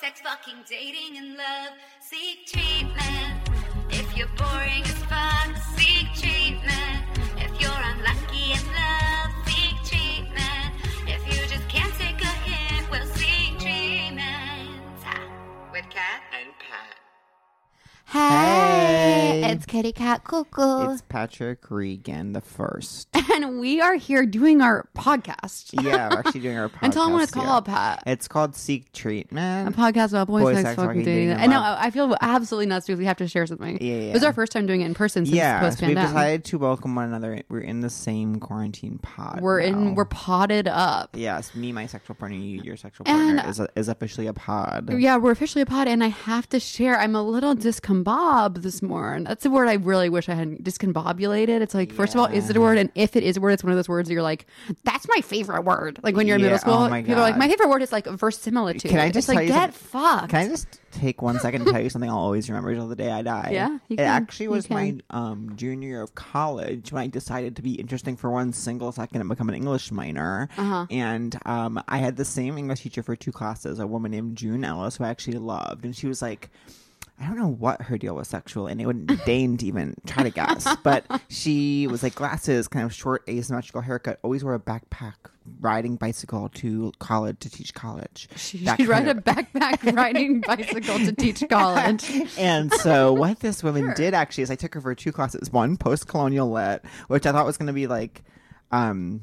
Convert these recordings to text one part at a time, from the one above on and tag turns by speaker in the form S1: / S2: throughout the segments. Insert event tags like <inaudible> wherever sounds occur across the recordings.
S1: sex, fucking, dating, and love. Seek treatment. If you're boring as fuck, seek treatment. If you're unlucky in love, seek treatment. If you just can't take a hint, well, seek treatment. Ah, With Cat and Pat.
S2: Hey.
S3: Hey, it's Kitty Cat Cuckoo.
S2: It's Patrick Regan the first.
S3: and we are here doing our podcast.
S2: Yeah, we're
S3: <laughs>
S2: actually doing our podcast.
S3: And tell them what it's
S2: yeah.
S3: called, Pat.
S2: It's called Seek
S3: A
S2: Treatment.
S3: podcast about boys,
S2: Boys,
S3: sex,
S2: sex,
S3: fucking
S2: fucking,
S3: dating.
S2: dating,
S3: And no,
S2: and love.
S3: I I feel absolutely nuts because we have to share something.
S2: Yeah,
S3: It was
S2: yeah.
S3: our first time doing it in person since
S2: Yeah,
S3: post
S2: so we've
S3: pandemic.
S2: decided to welcome one another. We're in the same quarantine pod.
S3: We're
S2: now.
S3: in, we're potted up.
S2: Yes, me, my sexual partner, you, your sexual
S3: And-
S2: partner is, is officially a pod.
S3: Yeah, we're officially a pod, and I have to share. I'm a little discombob this morning. That's a word I really wish I hadn't discombobulated. It's like, first of all, is it a word? And if it is a word, it's one of those words that you're like, that's my favorite word. Like when you're in
S2: Yeah,
S3: middle school,
S2: oh my
S3: people are like,
S2: God.
S3: my favorite word is like verisimilitude.
S2: Can I
S3: It's
S2: just
S3: like
S2: tell you
S3: get
S2: something-
S3: fucked?
S2: Can I just take one second to tell you something I'll always remember till the day I die?
S3: <laughs> Yeah, you
S2: it
S3: can.
S2: actually
S3: You
S2: was my
S3: can.
S2: um, junior year of college when I decided to be interesting for one single second and become an English minor.
S3: Uh-huh.
S2: And um, I had the same English teacher for two classes, a woman named June Ellis, who I actually loved, and she was like. I don't know what her deal was sexual, and it
S3: <laughs>
S2: wouldn't deign to even try to guess. But she was like glasses, kind of short, asymmetrical haircut, always wore a backpack, riding bicycle to college to teach college.
S3: she
S2: That
S3: she ride
S2: kind
S3: a
S2: of- <laughs>
S3: backpack riding bicycle to teach college.
S2: and so what this woman did actually is I took her for two classes. One post colonial lit, which I thought was gonna be like um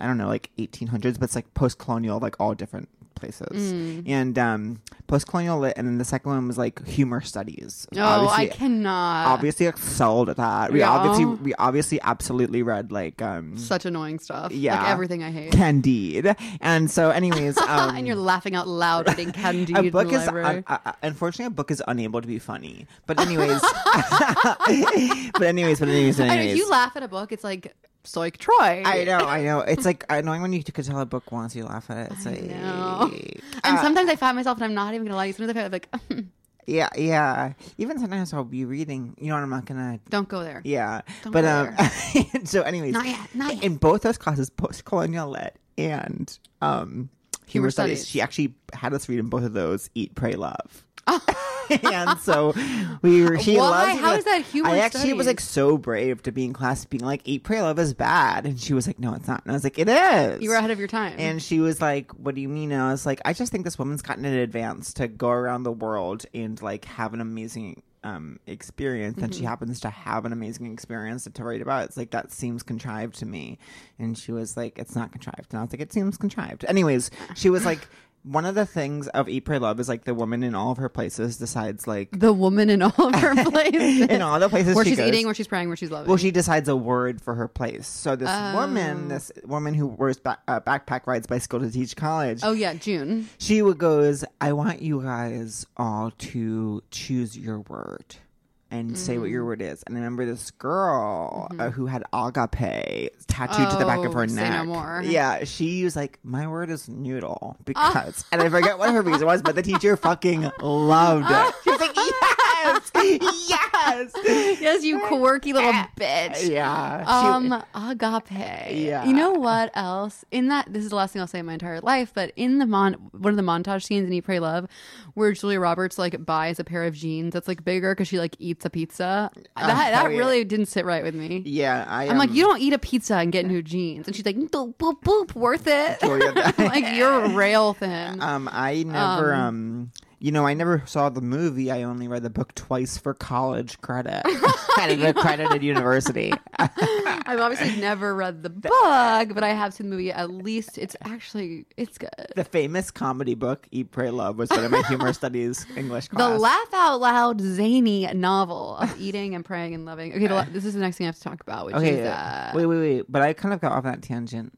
S2: I don't know, like eighteen hundreds, but it's like post colonial, like all different places.
S3: Mm.
S2: And um post colonial lit and then the second one was like humor studies.
S3: Oh, I cannot.
S2: obviously excelled at that. We
S3: Yeah.
S2: obviously we obviously absolutely read like um
S3: Such annoying stuff.
S2: yeah
S3: Like everything I hate.
S2: Candide. And so anyways um
S3: <laughs> and you're laughing out loud reading Candide.
S2: <laughs> a book
S3: in the
S2: is
S3: library.
S2: un- uh, uh, unfortunately a book is unable to be funny. But anyways, <laughs> but anyways, but anyways, but
S3: I know, if
S2: anyways.
S3: you laugh at a book, it's like Soik Troy.
S2: I know, I know. It's like annoying when you could tell a book once you laugh at it. It's like,
S3: know. And
S2: Uh,
S3: sometimes I find myself, and I'm not even gonna lie, to you, sometimes I'm like, <laughs>
S2: yeah, yeah. Even sometimes I'll be reading. You know what? I'm not gonna.
S3: don't go there.
S2: Yeah,
S3: Don't
S2: but
S3: go
S2: um. <laughs> so, anyways,
S3: Not yet, not yet.
S2: in both those classes, post-colonial lit and um, humor,
S3: Humor
S2: studies,
S3: studies.
S2: she actually had us read in both of those. Eat, pray, love. <laughs> and so we were. She
S3: Oh. Why?
S2: loves.
S3: How is that humor
S2: I actually was like
S3: studies?
S2: so brave to be in class, being like, "Eat, pray, love is bad," and she was like, "No, it's not." And I was like, "It is."
S3: You were ahead of your time.
S2: And she was like, "What do you mean?" And I was like, "I just think this woman's gotten an advance to go around the world and like have an amazing um experience, and
S3: Mm-hmm.
S2: she happens to have an amazing experience to write about. It's like that seems contrived to me." And she was like, "It's not contrived." And I was like, "It seems contrived." Anyways, she was like. <laughs> One of the things of Eat, Pray, Love is like the woman in all of her places
S3: <laughs>
S2: decides like
S3: the woman in all of
S2: <laughs>
S3: her places,
S2: in all the places
S3: where
S2: she
S3: she's
S2: goes-
S3: eating, where she's praying, where she's loving.
S2: well, she decides a word for her place. So this
S3: Oh.
S2: woman, this woman who wears back, uh, backpack rides bicycle to teach college,
S3: oh yeah, June.
S2: she would goes, "I want you guys all to choose your word." And say what
S3: Mm.
S2: your word is. And I remember this girl uh, who had agape tattooed to the back of
S3: Mm-hmm. Oh,
S2: her
S3: say no
S2: neck.
S3: more.
S2: Yeah, she was like, "My word
S3: <laughs>
S2: is noodle," because, and I forget what her reason was, but the teacher fucking
S3: <laughs>
S2: loved it. She was <laughs> like, "Yes, yes."
S3: Yes, you quirky <laughs> little bitch.
S2: Yeah. she-
S3: Um, agape.
S2: Yeah.
S3: You know what else? In that, this is the last thing I'll say in my entire life, but in the mon, one of the montage scenes in Eat, Pray, Love, where Julia Roberts like buys a pair of jeans that's like bigger because she like eats a pizza. that that
S2: oh, yeah.
S3: really didn't sit right with me.
S2: yeah, I
S3: I'm like,
S2: um,
S3: you don't eat a pizza and get new jeans. And she's like, boop, boop, boop worth it. <laughs>
S2: Julia, that-
S3: I'm like, you're rail thin.
S2: <laughs> Um, I never, um, you know, I never saw the movie. I only read the book twice for college
S3: <laughs>
S2: credit <laughs> at an accredited university. Uh,
S3: I've obviously never read the book, but I have seen the movie at least. It's actually, it's good.
S2: the famous comedy book Eat, Pray, Love was one of my
S3: <laughs>
S2: humor studies English
S3: The
S2: class.
S3: laugh out loud zany novel of <laughs> eating and praying and loving. Okay, the, la- this is the next thing I have to talk about, which
S2: okay,
S3: is uh,
S2: wait, wait, wait. But I kind of got off that tangent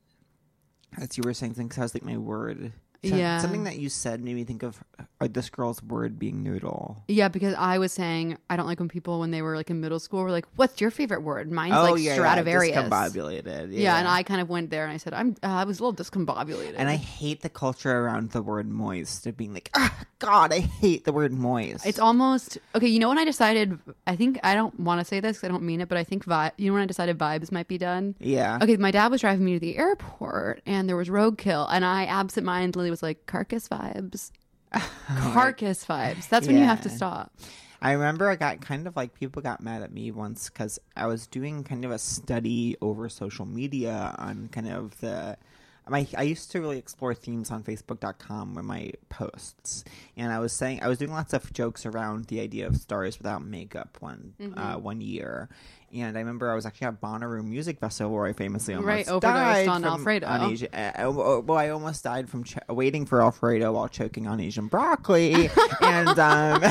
S2: as you were saying things. I was like, my word. So-
S3: Yeah.
S2: Something that you said made me think of uh, this girl's word being noodle.
S3: yeah, because I was saying I don't like when people when they were like in middle school were like, "What's your favorite word?"
S2: Oh,
S3: Mine's like Stradivarius. Yeah,
S2: discombobulated.
S3: and I kind of went there and I said, "I'm." Uh, I was a little discombobulated.
S2: And I hate the culture around the word moist of being like, ah, God, I hate the word moist.
S3: It's almost okay. You know when I decided? I think I don't want to say this. 'cause I don't mean it, but I think vibe. You know when I decided vibes might be done.
S2: yeah.
S3: Okay, my dad was driving
S2: <laughs>
S3: me to the airport, and there was roadkill, and I absentmindedly was like, "Carcass vibes." carcass vibes. That's when you have to
S2: Yeah.
S3: stop. <laughs>
S2: I remember I got kind of like people got mad at me once because I was doing kind of a study over social media on kind of the. My, I used to really explore themes on Facebook.com with my posts, and I was saying I was doing lots of jokes around the idea of stars without makeup one
S3: Mm-hmm.
S2: uh, one year, and I remember I was actually at Bonnaroo Music Festival where I famously almost
S3: Right, overdosed
S2: died
S3: on
S2: from-
S3: Alfredo.
S2: on Asian- uh, uh, well, I almost died from ch- waiting for Alfredo while choking on
S3: <laughs>
S2: Asian broccoli, and um,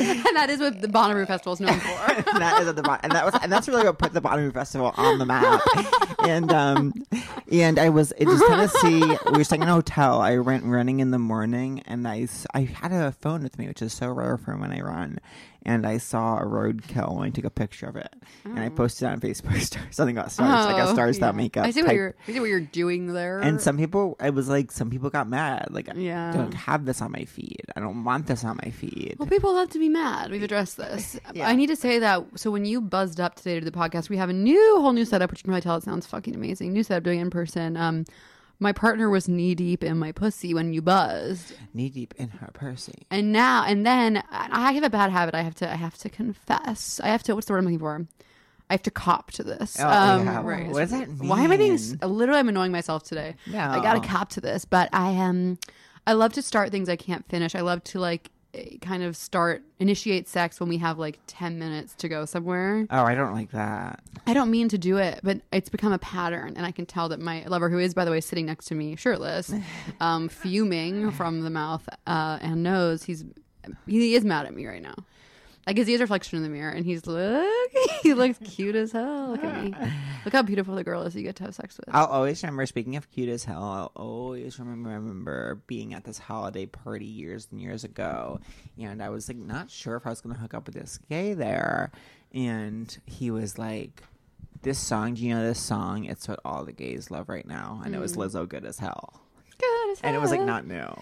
S3: And that is what the Bonnaroo Festival is known for.
S2: and <laughs> that is at the bottom, and that was, and that's really what put the Bonnaroo Festival on
S3: <laughs>
S2: the map. and um, and I was in East Tennessee. We were staying in a hotel. I went running in the morning, and I s- I had a phone with me, which is so rare for when I run. And I saw a roadkill, and I took a picture of it, and I posted it on Facebook. <laughs> Stars, something about stars, like a
S3: Oh,
S2: stars
S3: yeah.
S2: that make up.
S3: I see what
S2: type
S3: you're. I see what you're doing there.
S2: and some people, I was like, some people got mad. Like, I
S3: Yeah.
S2: don't have this on my feed. I don't want this on my feed.
S3: Well, people love to be mad. We've addressed this.
S2: Yeah.
S3: I need to say that. So when you buzzed up today to do the podcast, we have a new whole new setup, which you can probably tell it sounds fucking amazing. New setup doing it in person. Um, my partner was knee deep in my pussy when you buzzed,
S2: Knee deep in her pussy.
S3: and now and then I have a bad habit. I have to. I have to confess. I have to. What's the word I'm looking for? I have to cop to this. Um,
S2: Oh, yeah. What does that
S3: Why am I being?
S2: mean?
S3: s- Literally, I'm annoying myself today. I got to
S2: No.
S3: cop to this, but I Um, I love to start things I can't finish. I love to like eh, kind of start initiate sex when we have like 10 minutes to go somewhere.
S2: Oh, I don't like that.
S3: I don't mean to do it, but it's become a pattern and I can tell that my lover who is by the way sitting next to me shirtless, um fuming from the mouth uh and nose, he's he is mad at me right now. Like his his reflection in the mirror and he's look <laughs> he looks cute as hell. Look at me. Look how beautiful the girl is you get to have sex with.
S2: I'll always remember, speaking of cute as hell, I'll always remember, remember being at this holiday party years and years ago. And I was like, not sure if I was going to hook up with this gay there. And he was like, this song, do you know this song? It's what all the gays love right now. And it was Lizzo Good as Hell.
S3: Good as
S2: and it was like
S3: hell.
S2: not new.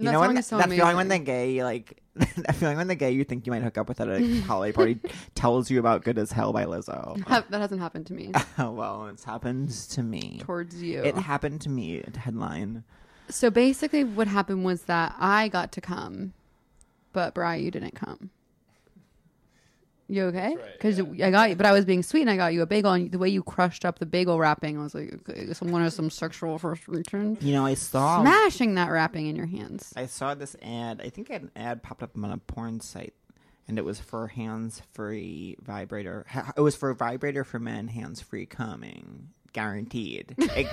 S2: You
S3: That
S2: know
S3: song
S2: when
S3: is so
S2: that feeling when the
S3: amazing.
S2: gay like <laughs> that feeling when the gay you think you might hook up with
S3: <laughs>
S2: at a holiday party tells you about "Good as Hell" by Lizzo. <laughs>
S3: Ha- that hasn't happened to me
S2: Oh well, it's happened to me.
S3: towards you.
S2: It happened to me. Headline.
S3: so basically, what happened was that I got to come, but Bri, you didn't come. You okay? Because I got you, but I was being sweet and I got you a bagel. And the way you crushed up the bagel wrapping, I was like, okay, someone has some sexual frustration.
S2: You know, I saw
S3: Smashing that wrapping in your hands.
S2: Um, I saw this ad. I think an ad popped up on a porn site, and it was for hands-free vibrator. ha- It was for vibrator for men, hands-free coming, guaranteed.
S3: <laughs>
S2: It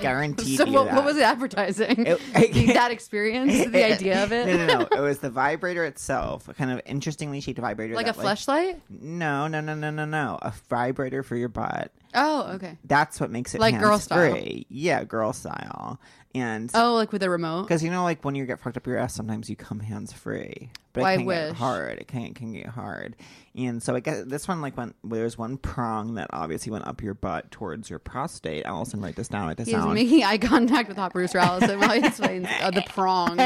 S3: <laughs>
S2: guaranteed.
S3: So,
S2: you
S3: what,
S2: that.
S3: what was it advertising? <laughs>
S2: It-
S3: The-
S2: <laughs>
S3: that experience, <laughs> the idea of it?
S2: No, no, no. It was the vibrator itself, a kind of interestingly shaped
S3: <laughs>
S2: vibrator,
S3: like a
S2: that, <laughs>
S3: fleshlight?
S2: No, no, no, no, no, no. A vibrator for your butt.
S3: Oh, okay.
S2: That's what makes it
S3: Like girl style.
S2: hands-free. Yeah, girl style. And
S3: Oh, like with a remote?
S2: because you know, like when you get fucked up your ass, sometimes you come hands free. But
S3: Well, I
S2: it can get
S3: wish.
S2: hard. It can it can get hard. And so I guess this one like went. There's one prong that obviously went up your butt towards your prostate. Allison, write this down. Write this
S3: He's <laughs>
S2: down.
S3: making eye contact with Hot Producer Allison while he explains uh,
S2: <laughs>
S3: the prong,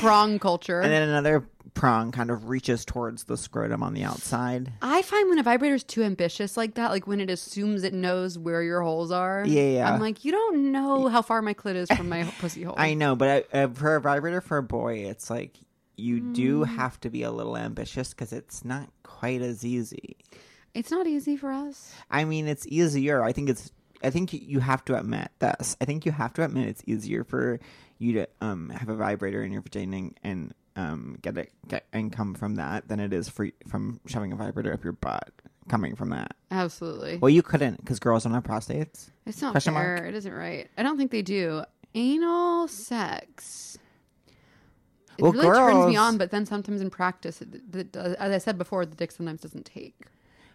S3: prong culture.
S2: And then another prong kind of reaches towards the scrotum on the outside.
S3: I find when a vibrator's too ambitious like that, like when it assumes it knows where your holes are.
S2: Yeah, yeah.
S3: I'm like, you don't know how far my clit is from
S2: <laughs>
S3: my pussy hole.
S2: I know, but I, uh, for a vibrator for a boy, it's like you do have to be a little ambitious because it's not quite as easy.
S3: it's not easy for us.
S2: I mean, it's easier. I think it's. I think you have to admit this. I think you have to admit it's easier for you to um, have a vibrator in your vagina and- and um, get it get income from that than it is for from shoving a vibrator up your butt coming from that.
S3: Absolutely.
S2: Well, you couldn't because girls don't have prostates.
S3: it's not
S2: question
S3: fair.
S2: mark?
S3: It isn't right. I don't think they do. Anal sex. It
S2: Well,
S3: really turns me
S2: girls-
S3: on, but then sometimes in practice, it, it does, as I said before, the dick sometimes doesn't take.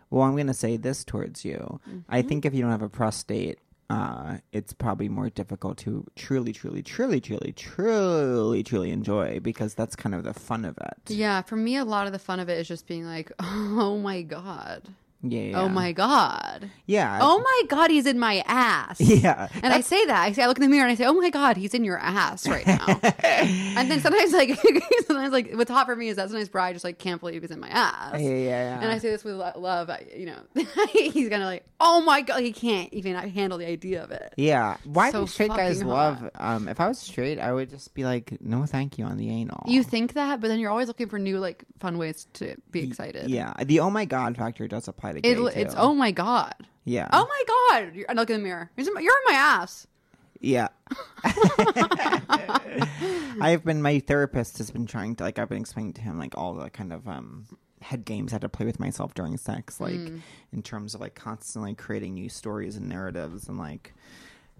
S2: Well, I'm going to say this towards you. I
S3: Mm-hmm.
S2: think if you don't have a prostate, uh, it's probably more difficult to truly, truly, truly, truly, truly, truly enjoy because that's kind of the fun of
S3: <laughs>
S2: it.
S3: Yeah, for me, a lot of the fun of it is just being like, oh my God.
S2: Yeah. yeah,
S3: Oh
S2: yeah.
S3: my god.
S2: Yeah.
S3: Oh my god, he's in my ass.
S2: <laughs> Yeah.
S3: <laughs> And I say that. I say I look in the mirror and I say, "Oh my god, he's in your ass right
S2: <laughs>
S3: now." and then sometimes, like, <laughs> sometimes, like, what's hot for me is that sometimes Bri just like can't believe he's in my ass.
S2: Yeah, yeah, yeah.
S3: And I say this with lo- love. I, you know, <laughs> he's gonna like, "Oh my god," he can't even handle the idea of it.
S2: yeah. Why
S3: So
S2: do straight guys
S3: fucking
S2: love?
S3: hot.
S2: Um, if I was straight, I would just be like, no, thank you on the anal.
S3: You think that, but then you're always looking for new like fun ways to be excited.
S2: Yeah. The oh my god factor does apply to gay
S3: It, it's
S2: too.
S3: oh my god.
S2: Yeah.
S3: Oh my god! You're, and I look in the mirror. You're in my, you're in my ass.
S2: Yeah. I've been my therapist has been trying to like I've been explaining to him like all the kind of um head games I had to play with myself during sex, like in terms of like constantly creating new stories and narratives and like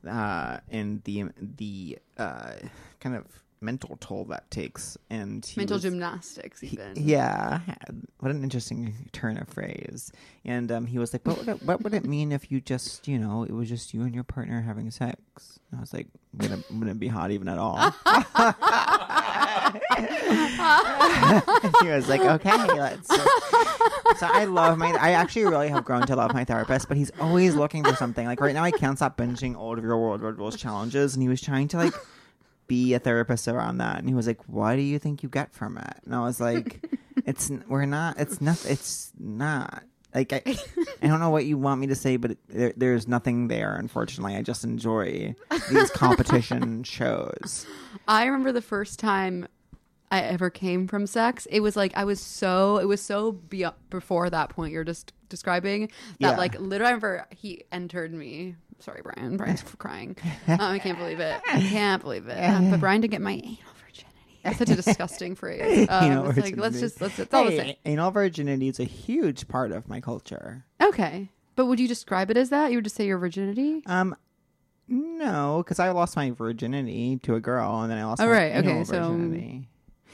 S2: uh and the the uh kind of mental toll that takes and he
S3: Mental
S2: was-
S3: gymnastics, even.
S2: yeah, what an interesting turn of phrase. And um, he was like, "What would it, what would it mean if you just, you know, it was just you and your partner having sex?" And I was like, "Wouldn't wouldn't be hot even at all." <laughs> he was like, "Okay, let's." So I love my. I actually really have grown to love my therapist, but he's always looking for something. Like right now, I can't stop binging all of your World Road Rules challenges, and he was trying to like be a therapist around that, and he was like, "What do you think you get from it?" And I was like,
S3: <laughs>
S2: "It's n- we're not. It's not. It's not."
S3: <laughs>
S2: Like I, I don't know what you want me to say, but it, there, there's nothing there. Unfortunately, I just enjoy
S3: <laughs>
S2: these competition shows.
S3: I remember the first time I ever came from sex. It was like I was so it was so be- before that point you're just describing that
S2: Yeah.
S3: like literally I remember he entered me. Sorry, Brian.
S2: <laughs>
S3: Brian's crying. Um, I can't believe it. I can't believe it. Um, but Brian did get my anal virginity. It's such a disgusting phrase. Um,
S2: <laughs> Anal
S3: it's like let's
S2: virginity.
S3: just let's. It's all the same.
S2: Hey, anal virginity is a huge part of my culture.
S3: Okay, but would you describe it as that? You would just say your virginity.
S2: Um, no, because I lost my virginity to a girl, and then I lost.
S3: Oh,
S2: my
S3: right,
S2: anal
S3: okay, so-
S2: virginity.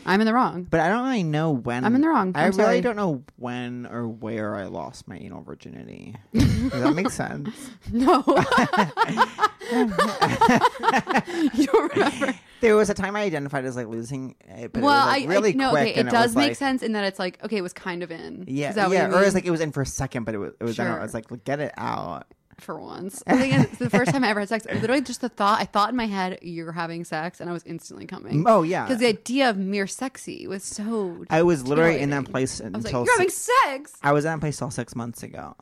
S3: I'm in the wrong. <laughs>
S2: But I don't really know when.
S3: I'm in the wrong.
S2: I
S3: I'm
S2: really
S3: sorry.
S2: don't know when or where I lost my
S3: <laughs>
S2: anal virginity. Does that make sense? <laughs>
S3: No. <laughs> you don't remember.
S2: There was a time I identified as like losing it, but
S3: well,
S2: it was like
S3: I
S2: really
S3: I, no,
S2: quick.
S3: okay,
S2: and
S3: it does
S2: was,
S3: make
S2: like-
S3: sense in that it's like okay, it was kind of in.
S2: Yeah,
S3: Is that what
S2: yeah,
S3: you
S2: or it was
S3: mean?
S2: like it was in for a second, but it was it was out.
S3: Sure.
S2: I was like, "Look, get it out.
S3: for once. I think it's
S2: <laughs>
S3: the first time I ever had sex. Literally, just the thought. I thought in my head, "You're having sex," and I was instantly coming.
S2: Oh, yeah.
S3: because the idea of mere sexy was so. I
S2: I was literally in that
S3: Totally.
S2: place
S3: was like,
S2: until
S3: "You're having
S2: six-
S3: sex."
S2: I was in that place till six months ago.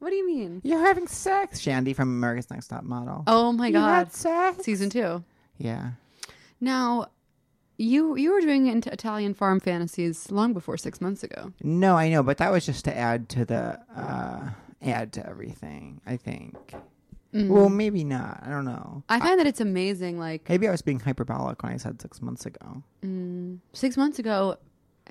S3: What do you mean?
S2: You're having sex, Shandy from America's Next Top Model.
S3: Oh my
S2: You
S3: god,
S2: had sex.
S3: season two.
S2: Yeah.
S3: Now, you you were doing into Italian farm fantasies long before six months ago.
S2: No, I know, but that was just to add to the uh add to everything, I think.
S3: Mm.
S2: Well, maybe not. I don't know.
S3: I find that it's amazing. Like
S2: Maybe I was being hyperbolic when I said six months ago.
S3: six months ago,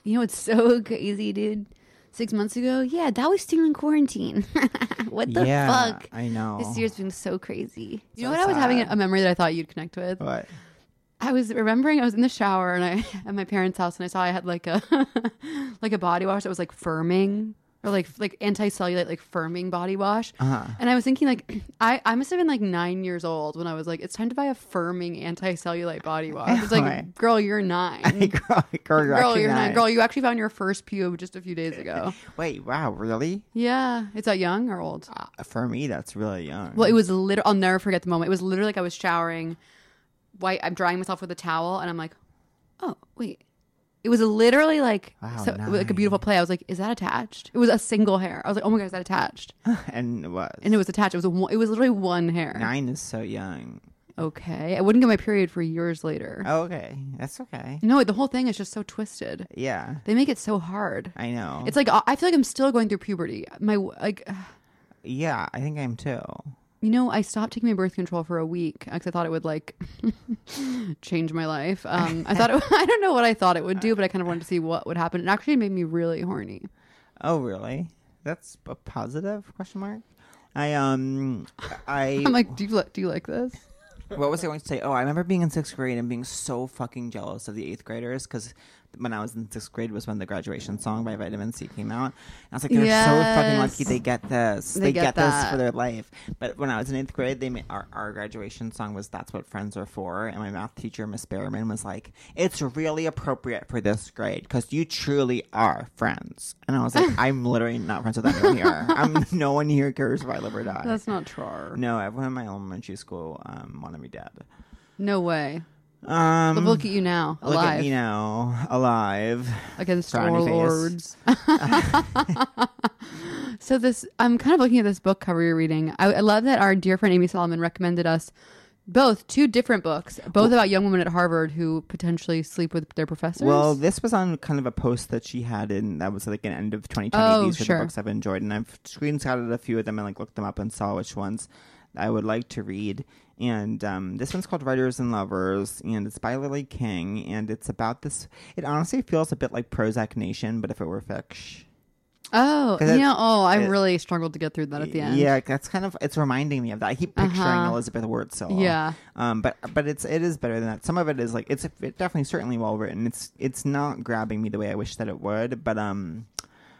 S3: you know, it's so <laughs> crazy, dude. Six months ago, yeah, that was still in quarantine. <laughs> what the
S2: yeah,
S3: fuck?
S2: I know.
S3: This year's been so crazy. You know what?
S2: So
S3: I was having
S2: sad. Oh.
S3: a memory that I thought you'd connect with.
S2: What? <laughs>
S3: I was remembering I was in the shower and I <laughs> at my parents' house and I saw I had like a <laughs> like a body wash that was like firming or like like anti-cellulite like firming body wash.
S2: Uh-huh.
S3: And I was thinking like <clears throat> I I must have been like 9 years old when I was like it's time to buy a firming anti-cellulite
S2: <laughs>
S3: body wash. It's like
S2: Right.
S3: girl, you're 9.
S2: girl, girl, you're
S3: Girl,
S2: actually
S3: you're
S2: nine.
S3: nine. Girl, you actually found your first pube just a few days
S2: <laughs>
S3: ago.
S2: Wait, wow, really?
S3: yeah, is that young or old?
S2: Uh, For me, that's really young.
S3: Well, it was literally, I'll never forget the moment. It was literally like I was showering, white, I'm drying myself with a towel, and I'm like, oh, wait. It was literally like
S2: Wow,
S3: so, like a beautiful play. I was like, "Is that attached?" It was a single hair. I was like, "Oh my god, is that attached?"
S2: <laughs> and it was.
S3: And it was attached. It was a, one- it was literally one hair.
S2: nine is so young.
S3: Okay, I wouldn't get my period for years later.
S2: Oh, okay, that's okay.
S3: No, the whole thing is just so twisted.
S2: Yeah,
S3: They make it so hard.
S2: I know.
S3: It's like I feel like I'm still going through puberty. My like,
S2: yeah, I think I'm too.
S3: You know, I stopped taking my birth control for a week because I thought it would like <laughs> change my life. Um, I
S2: <laughs>
S3: thought it, <laughs> I don't know what I thought it would do, but I kind of wanted to see what would happen. It actually made me really horny.
S2: Oh, really? That's a positive question mark. I um, I
S3: <laughs> I'm like, do you like do you like this?
S2: what was I going to say? Oh, I remember being in sixth grade and being so fucking jealous of the eighth graders because when I was in sixth grade was when the graduation song by Vitamin C came out. And I was like, they're so fucking lucky
S3: Yes.
S2: they get this. They,
S3: They
S2: get,
S3: get
S2: this for
S3: that.
S2: their life. But when I was in eighth grade, they made our, our graduation song was "That's What Friends Are For," and my math teacher, Miss Behrman, was like, "It's really appropriate for this grade because you truly are friends." And I was like,
S3: <laughs>
S2: "I'm literally not friends with anyone here. I'm no one here cares if I live or die."
S3: That's not true.
S2: no, everyone in my elementary school um, wanted me dead.
S3: No way.
S2: Um,
S3: But look at you now,
S2: look at
S3: alive
S2: me now, alive.
S3: against
S2: frowny
S3: our
S2: face.
S3: lords. so this, I'm kind of looking at this book cover you're reading. I, I love that our dear friend Amy Solomon recommended us both two different books, both about young women at Harvard who potentially sleep with their professors. <laughs>
S2: Well, this was on kind of a post that she had, and that was like an end of 2020.
S3: Oh,
S2: These are
S3: sure.
S2: the books I've enjoyed, and I've screenshotted a few of them and like looked them up and saw which ones I would like to read. And um, this one's called Writers and Lovers, and it's by Lily King, and it's about this. It honestly feels a bit like Prozac Nation, but if it were fiction.
S3: oh,
S2: 'cause it-
S3: yeah. Oh, I
S2: it-
S3: really struggled to get through that at the end.
S2: Yeah, that's kind of it's reminding me of that. I keep picturing
S3: Uh-huh.
S2: Elizabeth Wurtzel.
S3: Yeah.
S2: Um, but but it's it is better than that. Some of it is like it's it definitely certainly well written. It's it's not grabbing me the way I wish that it would. But um,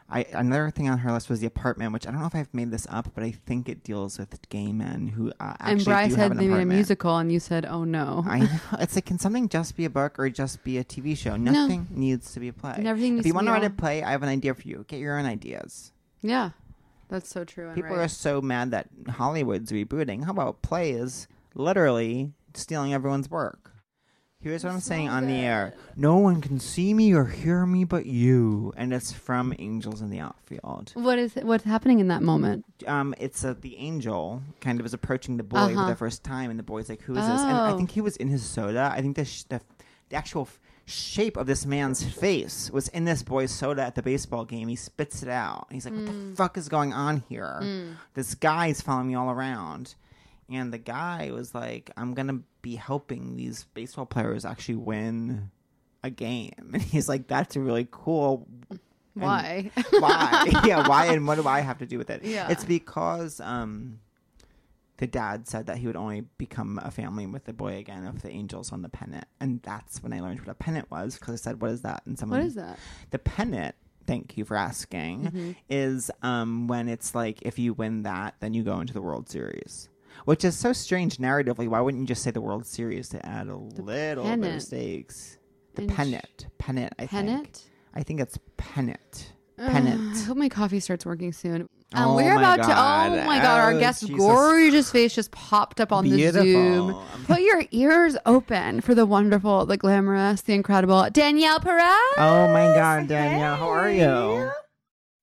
S2: I another thing on her list was the apartment, which I don't know if I've made this up, but I think it deals with gay men who uh, actually
S3: and Bryce
S2: do
S3: had
S2: have an
S3: they made a
S2: apartment.
S3: musical, and you said, "Oh no."
S2: I know. <laughs> It's like, can something just be a book or just be a TV show? Nothing needs to be a play.
S3: And everything
S2: if
S3: needs
S2: you
S3: to
S2: want
S3: be
S2: to write
S3: all-
S2: a play, I have an idea for you. Get your own ideas.
S3: yeah, that's so true. And
S2: People
S3: right.
S2: are so mad that Hollywood's rebooting. How about plays literally stealing everyone's work? Here's what I'm saying on the air. No one can see me or hear me but you. And it's from Angels in the Outfield.
S3: What is what's happening in that moment?
S2: Um, it's uh the angel kind of is approaching the boy for
S3: Uh-huh.
S2: the first time, and the boy's like, "Who is this?" And I
S3: Oh.
S2: think he was in his soda. I think the sh- the, the actual f- shape of this man's face was in this boy's soda at the baseball game. He spits it out. And he's like, "What
S3: Mm.
S2: the fuck is going on here? This guy's following me all around." And the guy was like, "I'm gonna be helping these baseball players actually win." A game, <laughs> and he's like, "That's really cool.
S3: Why? <laughs>
S2: why? yeah, why? And what do I have to do with it?
S3: Yeah.
S2: it's because um, the dad said that he would only become a family with the boy again if the angels on the pennant, and that's when I learned what a pennant was because I said, "What is that?" And someone,
S3: what is Mm-hmm. that?
S2: The pennant. Thank you for asking. Is um, when it's like if you win that, then you go into the World Series. Which is so strange narratively. Why wouldn't you just say the World Series to add a little bit of
S3: pennant.
S2: stakes? The
S3: Inch-
S2: pennant, pennant, I think.
S3: Pennant.
S2: I think it's pennant.
S3: <sighs>
S2: Pennant.
S3: I hope my coffee starts working soon. Um,
S2: Oh
S3: we're
S2: my
S3: about to.
S2: God.
S3: Oh my god! Our
S2: Oh,
S3: guest's
S2: Jesus.
S3: gorgeous face just popped up on
S2: Beautiful.
S3: the Zoom. Put your ears open for the wonderful, the glamorous, the incredible Danielle Perez.
S2: Oh my God, Danielle, how are you?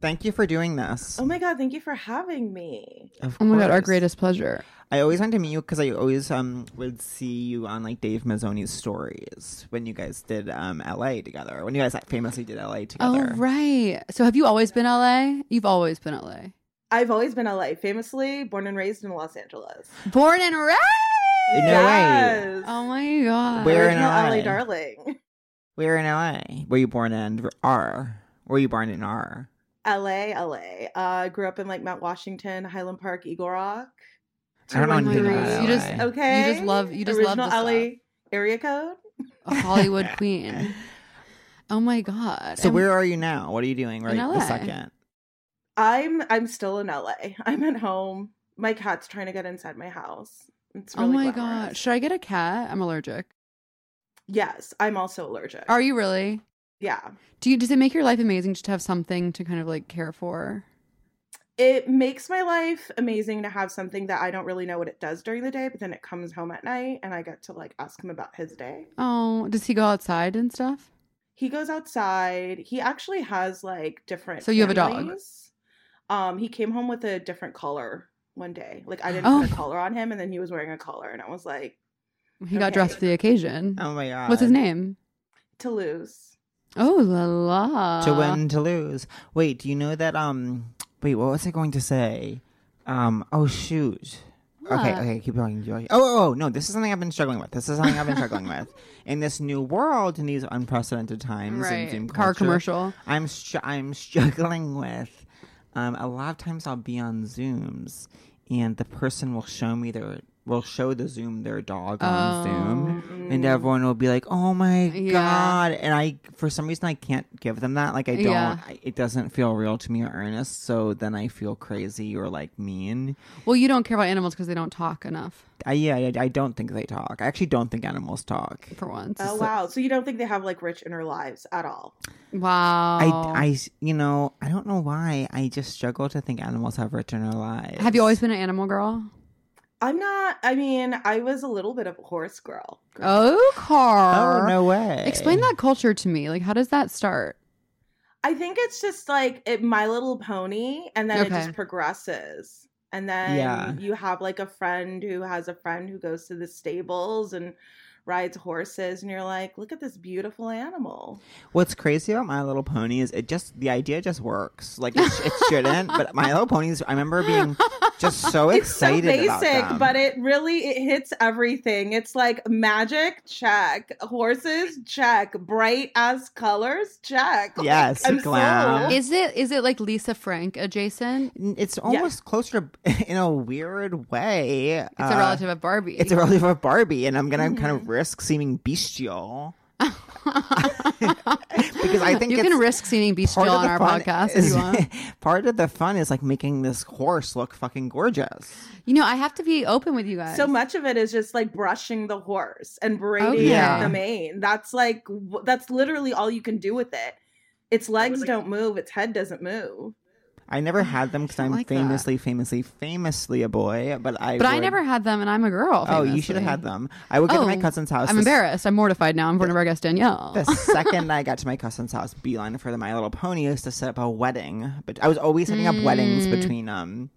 S2: Thank you for doing this.
S4: Oh my god, thank you for having me.
S2: Of
S3: Oh my god! Our
S2: course.
S3: greatest pleasure.
S2: I always wanted to meet you because I always um would see you on like Dave Mazzoni's stories when you guys did um LA together. When you guys like, famously did LA together.
S3: Oh right. So have you always been LA? You've always been LA.
S4: I've always been LA, famously born and raised in Los Angeles.
S3: Born and raised.
S2: No way.
S4: yes.
S3: Oh my god.
S2: Where in
S4: Original
S2: LA?
S4: LA darling. <laughs>
S2: Where in LA? Were you born in R? Were you born in R?
S4: LA, LA. Uh grew up in like Mount Washington, Highland Park, Eagle Rock.
S2: I don't know anything about
S4: 213.
S2: LA.
S3: Oh You just- You
S4: okay.
S3: just love- you just love
S4: Original
S3: the
S4: LA area code.
S3: a
S2: <laughs>
S3: Hollywood queen. Oh my god.
S2: So
S3: And-
S2: where are you now? What are you doing right
S3: In
S2: this
S3: LA.
S2: second?
S4: I'm I'm still in LA. <laughs> I'm at home. My cat's trying to get inside my house. It's
S3: Oh
S4: really
S3: my
S4: glamorous.
S3: god. Should I get a cat? I'm allergic.
S4: Yes, I'm also allergic.
S3: Are you really?
S4: yeah.
S3: Do you does it make your life amazing just to have something to kind of like care for?
S4: it makes my life amazing to have something that I don't really know what it does during the day, but then it comes home at night and I get to like ask him about his day.
S3: Oh, does he go outside and stuff?
S4: He goes outside. He actually has like different.
S3: So you have a dog?
S4: families. Um, he came home with a different collar one day. Like I didn't put a
S3: Oh.
S4: collar on him, and then he was wearing a collar, and I was like,
S3: He got
S4: Okay.
S3: dressed for the occasion.
S2: Oh my god.
S3: What's his name?
S4: Toulouse.
S3: Oh la la.
S2: to win to lose. Wait, do you know that? Um, wait, what was I going to say? Um, oh shoot. Okay,
S3: What?
S2: okay, keep going. keep going. Oh, oh, oh, no, this is something I've been struggling with. This is something I've been struggling with
S3: <laughs>
S2: in this new world in these unprecedented times. In
S3: Right.
S2: Zoom
S3: Car
S2: culture,
S3: commercial.
S2: I'm str- I'm struggling with. Um, a lot of times I'll be on Zooms, and the person will show me their will show the Zoom their dog on Zoom,
S4: Mm-mm.
S2: and everyone will be like, "Oh my
S3: Yeah.
S2: god!" And I, for some reason, I can't give them that. Like I don't.
S3: Yeah.
S2: I, it doesn't feel real to me or earnest. So then I feel crazy or like mean.
S3: Well, you don't care about animals because they don't talk enough
S2: I, yeah, I, I don't think they talk. I actually don't think animals talk.
S3: for once.
S4: Oh wow! So you don't think they have like rich inner lives at all?
S3: wow.
S2: I, I, you know, I don't know why. I just struggle to think animals have rich inner lives.
S3: Have you always been an animal girl?
S4: I'm not. I mean, I was a little bit of a horse girl.
S3: Oh, Carl.
S2: Oh no way!
S3: Explain that culture to me. Like, how does that start?
S4: I think it's just like it, My Little Pony, and then it
S3: Okay.
S4: just progresses. And then
S2: Yeah.
S4: you have like a friend who has a friend who goes to the stables and rides horses, and you're like, look at this beautiful animal.
S2: What's crazy about My Little Pony is it just the idea just works. Like it, sh- it shouldn't, but My Little Ponies. I remember
S3: <laughs>
S2: being just so excited
S4: it's so
S2: about
S4: basic,
S2: them.
S4: but it really it hits everything. It's like magic, check. Horses, check. Bright as colors, check. Like,
S2: Yes,
S4: I'm
S2: glam.
S4: sold.
S3: Is it is it like Lisa Frank adjacent?
S2: N- it's almost closer to, <laughs> in a weird way. It's
S3: It's a relative of Barbie.
S2: Uh,
S3: Mm-hmm.
S2: It's a relative of Barbie, and I'm gonna kind of risk seeming
S3: <laughs>
S2: bestial because <laughs> I think
S3: you
S2: it's
S3: can risk seeing beast
S2: part
S3: Jill
S2: of
S3: on
S2: the
S3: our
S2: fun
S3: podcast if
S2: is-
S3: you
S2: <laughs>
S3: want.
S2: part of the fun is like making this horse look fucking gorgeous.
S3: you know, I have to be open with you guys.
S4: So much of it is just like brushing the horse and braiding
S3: Okay.
S2: Yeah.
S4: the mane. That's like w- that's literally all you can do with it. Its legs don't move, its head doesn't move.
S2: I never had them because
S3: don't
S2: I'm
S3: Oh, like that.
S2: famously, famously, famously a boy. But I.
S3: but I
S2: would-
S3: never had them, and I'm a girl.
S2: Oh, you should
S3: famously.
S2: have had them. I would go to my
S3: Oh,
S2: cousin's house.
S3: I'm
S2: the s-
S3: embarrassed. I'm mortified now. I'm going to our guest Danielle. <laughs>
S2: The second I got to my cousin's house, beeline for the My Little Pony is to set up a wedding. But I was always setting up
S3: Mm.
S2: weddings between um,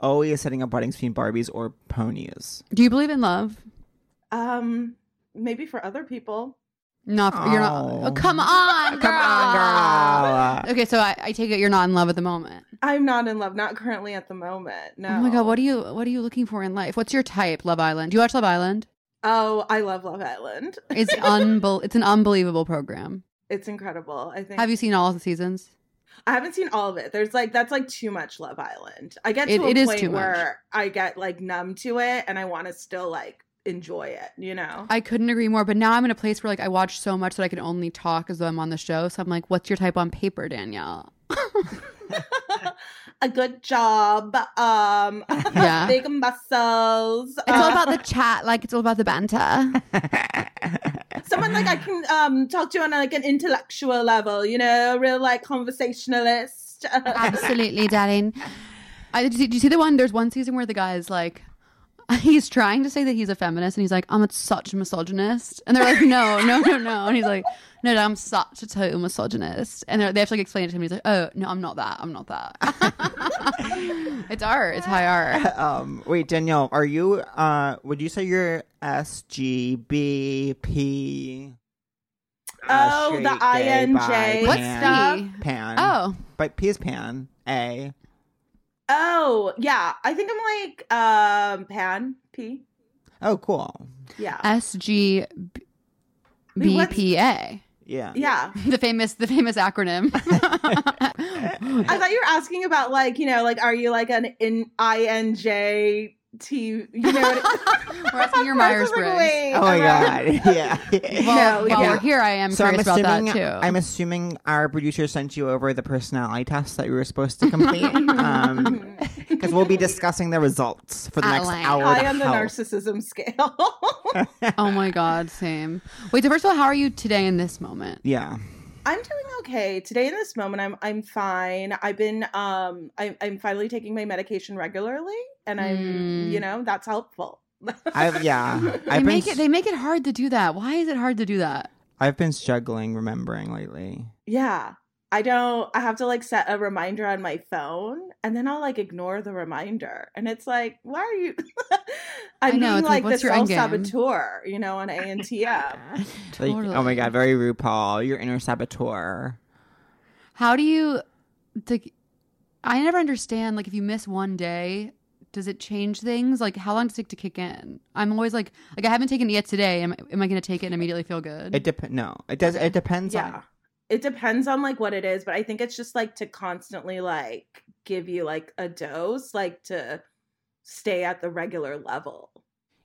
S2: always setting up weddings between Barbies or ponies.
S3: Do you believe in love?
S4: Um maybe for other people.
S3: Not you're not.
S2: Oh.
S3: Oh, come on,
S2: <laughs> Come on, girl.
S3: Okay, so I, I take it you're not in love at the moment.
S4: I'm not in love, not currently at the moment. No.
S3: Oh my god, what are you what are you looking for in life? What's your type? Love Island. Do you watch Love Island?
S4: Oh, I love Love Island.
S3: It's unbel- it's an unbelievable program.
S4: It's incredible. I think
S3: Have you seen all of the seasons?
S4: I haven't seen all of it. There's like that's like too much Love Island. I get to
S3: It-
S4: a
S3: it is
S4: point
S3: too much.
S4: where I get like numb to it and I want to still like enjoy it, you know.
S3: I couldn't agree more, but now I'm in a place where like I watch so much that I can only talk as though I'm on the show. So I'm like, what's your type on paper, Danielle?
S4: a good job, um <laughs>
S3: Yeah.
S4: big muscles.
S3: It's all
S4: uh,
S3: about the chat, like it's all about the banter. <laughs>
S2: <laughs>
S4: someone like I can um talk to on like an intellectual level, you know, real like conversationalist. <laughs>
S3: Absolutely, darling. I, did, you- did you see the one? There's one season where the guy is like, <laughs> he's trying to say that he's a feminist, and he's like, I'm a, such a misogynist, and they're like, no, no, no, no, and he's like, no, no I'm such a total misogynist, and they're- they have to like explain it to him. He's like, oh no, I'm not that, I'm not that. <laughs> it's art, it's high art.
S2: Um, wait, Danielle, are you? Uh, would you say you're SGBP?
S4: Oh, the
S2: straight, gay,
S4: INJ
S2: bi,
S3: What's
S2: pan,
S3: the-
S2: pan?
S3: Oh,
S2: but P is pan. A.
S4: oh, yeah. I think I'm like um pan p.
S2: Oh, cool.
S4: Yeah.
S3: S G
S4: Wait,
S3: B
S4: what's-
S3: P A,
S2: Yeah.
S4: yeah.
S3: the famous, the famous acronym. <laughs>
S4: I thought you were asking about like, you know, like are you like an in INJ you
S3: <laughs>
S4: know what
S3: We're asking your
S4: I <laughs>
S3: Myers
S4: was like,
S3: Briggs.
S4: wait,
S2: Oh my
S4: I'm not-
S3: <laughs>
S2: god. <laughs> Yeah.
S3: Well,
S4: No,
S3: while
S4: yeah.
S3: we're here, I am
S2: so I'm
S3: curious
S2: assuming
S3: about that too.
S2: I'm assuming our producer sent you over the personality test that you were supposed to complete.
S3: <laughs>
S4: Mm-hmm.
S2: um, because we'll be discussing the results for the next
S3: Outline.
S2: hour.
S4: High
S2: to
S4: on the
S2: hell.
S4: narcissism scale.
S3: <laughs>
S4: <laughs>
S3: oh my god, same. Wait, so first of all, how are you today in this moment?
S2: Yeah.
S4: I'm doing okay. Today in this moment I'm I'm fine. I've been um I, I'm finally taking my medication regularly and I'm
S3: Mm.
S4: you know, that's helpful.
S2: I've yeah.
S3: <laughs> They
S2: I've been
S3: make it. They make it hard to do that. Why is it hard to do that?
S2: I've been struggling remembering lately.
S4: Yeah. I don't I have to like set a reminder on my phone and then I'll like ignore the reminder. And it's like, why are you <laughs> I'm
S3: I know,
S4: being
S3: it's like,
S4: like, the
S3: what's your end
S4: self
S3: game?
S4: saboteur, you know, on ANTM.
S2: Like, oh my
S3: Totally.
S2: god, very RuPaul, your inner saboteur.
S3: How do you? Like, I never understand. Like, if you miss one day, does it change things? Like, how long does it take to kick in? I'm always like, like I haven't taken it yet today. Am, am I going to take it and immediately feel good?
S2: It dep- no, it does. It depends
S4: yeah.
S2: on.
S4: It depends on like what it is, but I think it's just like to constantly like give you like a dose, like to stay at the regular level.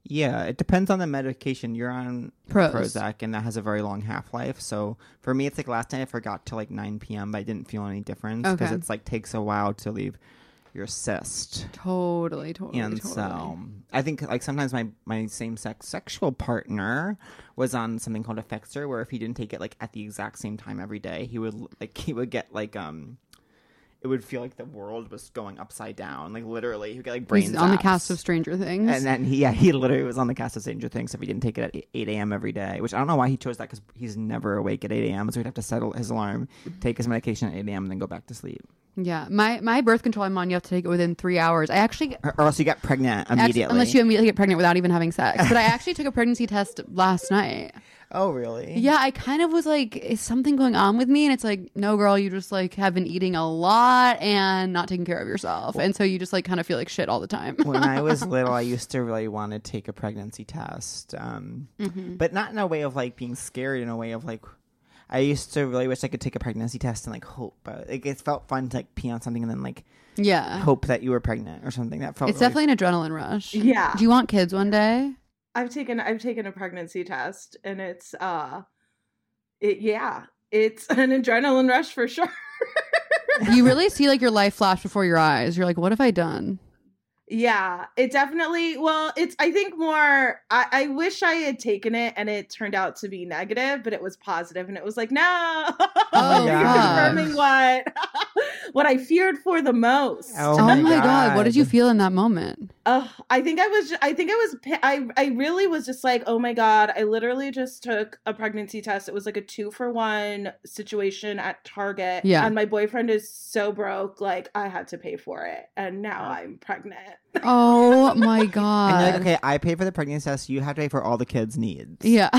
S2: Yeah, it depends on the medication you're on.
S3: Pros.
S2: Prozac, and that has a very long half life. So for me, it's like last night I forgot till like 9 p.m., but I didn't feel any difference because
S3: Okay.
S2: it's like takes a while to leave your cyst.
S3: Totally, totally,
S2: And
S3: Oh, totally.
S2: so I think like sometimes my, my same sex sexual partner was on something called Effexor, where if he didn't take it like at the exact same time every day, he would like <laughs> he would get like um. It would feel like the world was going upside down, like literally. He would get like brain
S3: He's on the
S2: zaps.
S3: cast of Stranger Things.
S2: And then he, yeah, he literally was on the cast of Stranger Things if he didn't take it at e, 8 a.m. every day, which I don't know why he chose that because he's never awake at 8 a.m. So he'd have to settle his alarm, take his medication at 8 a.m., and then go back to sleep.
S3: yeah, my my birth control I'm on, you have to take it within three hours. I actually
S2: Or, or else you get pregnant
S3: Ex-
S2: immediately.
S3: unless you immediately get pregnant without even having sex. But I actually took a pregnancy test last night.
S2: oh, really?
S3: Yeah, I kind of was like, is something going on with me? And it's like, no, girl, you just like have been eating a lot and not taking care of yourself, and so you just like kind of feel like shit all the time. <laughs>
S2: when I was little, I used to really want to take a pregnancy test, um,
S3: Mm-hmm.
S2: but not in a way of like being scared. In a way of like, I used to really wish I could take a pregnancy test and like hope, but like, it felt fun to like pee on something and then like
S3: yeah,
S2: hope that you were pregnant or something. That felt
S3: Uh. it's
S2: really
S3: definitely an adrenaline rush.
S4: Yeah.
S3: Do you want kids one day?
S4: I've taken I've taken a pregnancy test and it's uh it yeah, it's <laughs> an adrenaline rush for sure.
S3: You really see like your life flash before your eyes. You're like, what have I done?
S4: Yeah, it definitely. Well, it's. I think more. I, I wish I had taken it, and it turned out to be negative, but it was positive, and it was like, no, <laughs>
S3: Oh,
S4: you're
S2: God.
S4: confirming what <laughs> what I feared for the most.
S2: Oh.
S3: Oh,
S2: my
S3: my god. what did you
S2: God.
S3: feel in that moment?
S4: Ugh, I think I was. ju- I think I was. pi- I I really was just like, oh my god. I literally just took a pregnancy test. It was like a two for one situation at Target.
S3: Yeah.
S4: and my boyfriend is so broke, like I had to pay for it, and now I'm pregnant.
S3: Oh my god.
S2: <laughs> And you're like, okay, I pay for the pregnancy test. You have to pay for all the kids' needs.
S3: Yeah. <laughs>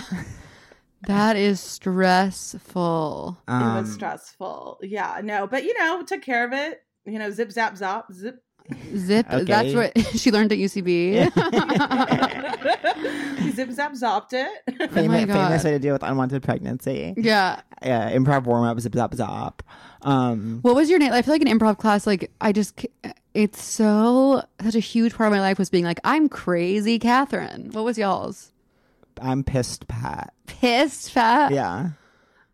S3: that is stressful.
S4: it
S2: Um,
S4: was stressful. Yeah, no, but you know, took care of it. You know, zip, zap, zop, zip. <laughs>
S3: Zip. That's
S2: Okay.
S3: what <laughs> she learned at
S2: <laughs>
S3: UCB.
S4: zip, zap, zopped it. <laughs>
S2: Famous,
S3: my God.
S2: famous way to deal with unwanted pregnancy.
S3: yeah.
S2: Yeah, improv warm up, zip zop zop. Um,
S3: What was your name? I feel like an improv class. Like I just, c- it's so such a huge part of my life was being like, I'm crazy, Catherine. What was y'all's?
S2: I'm pissed, Pat.
S3: Pissed fat.
S2: Yeah,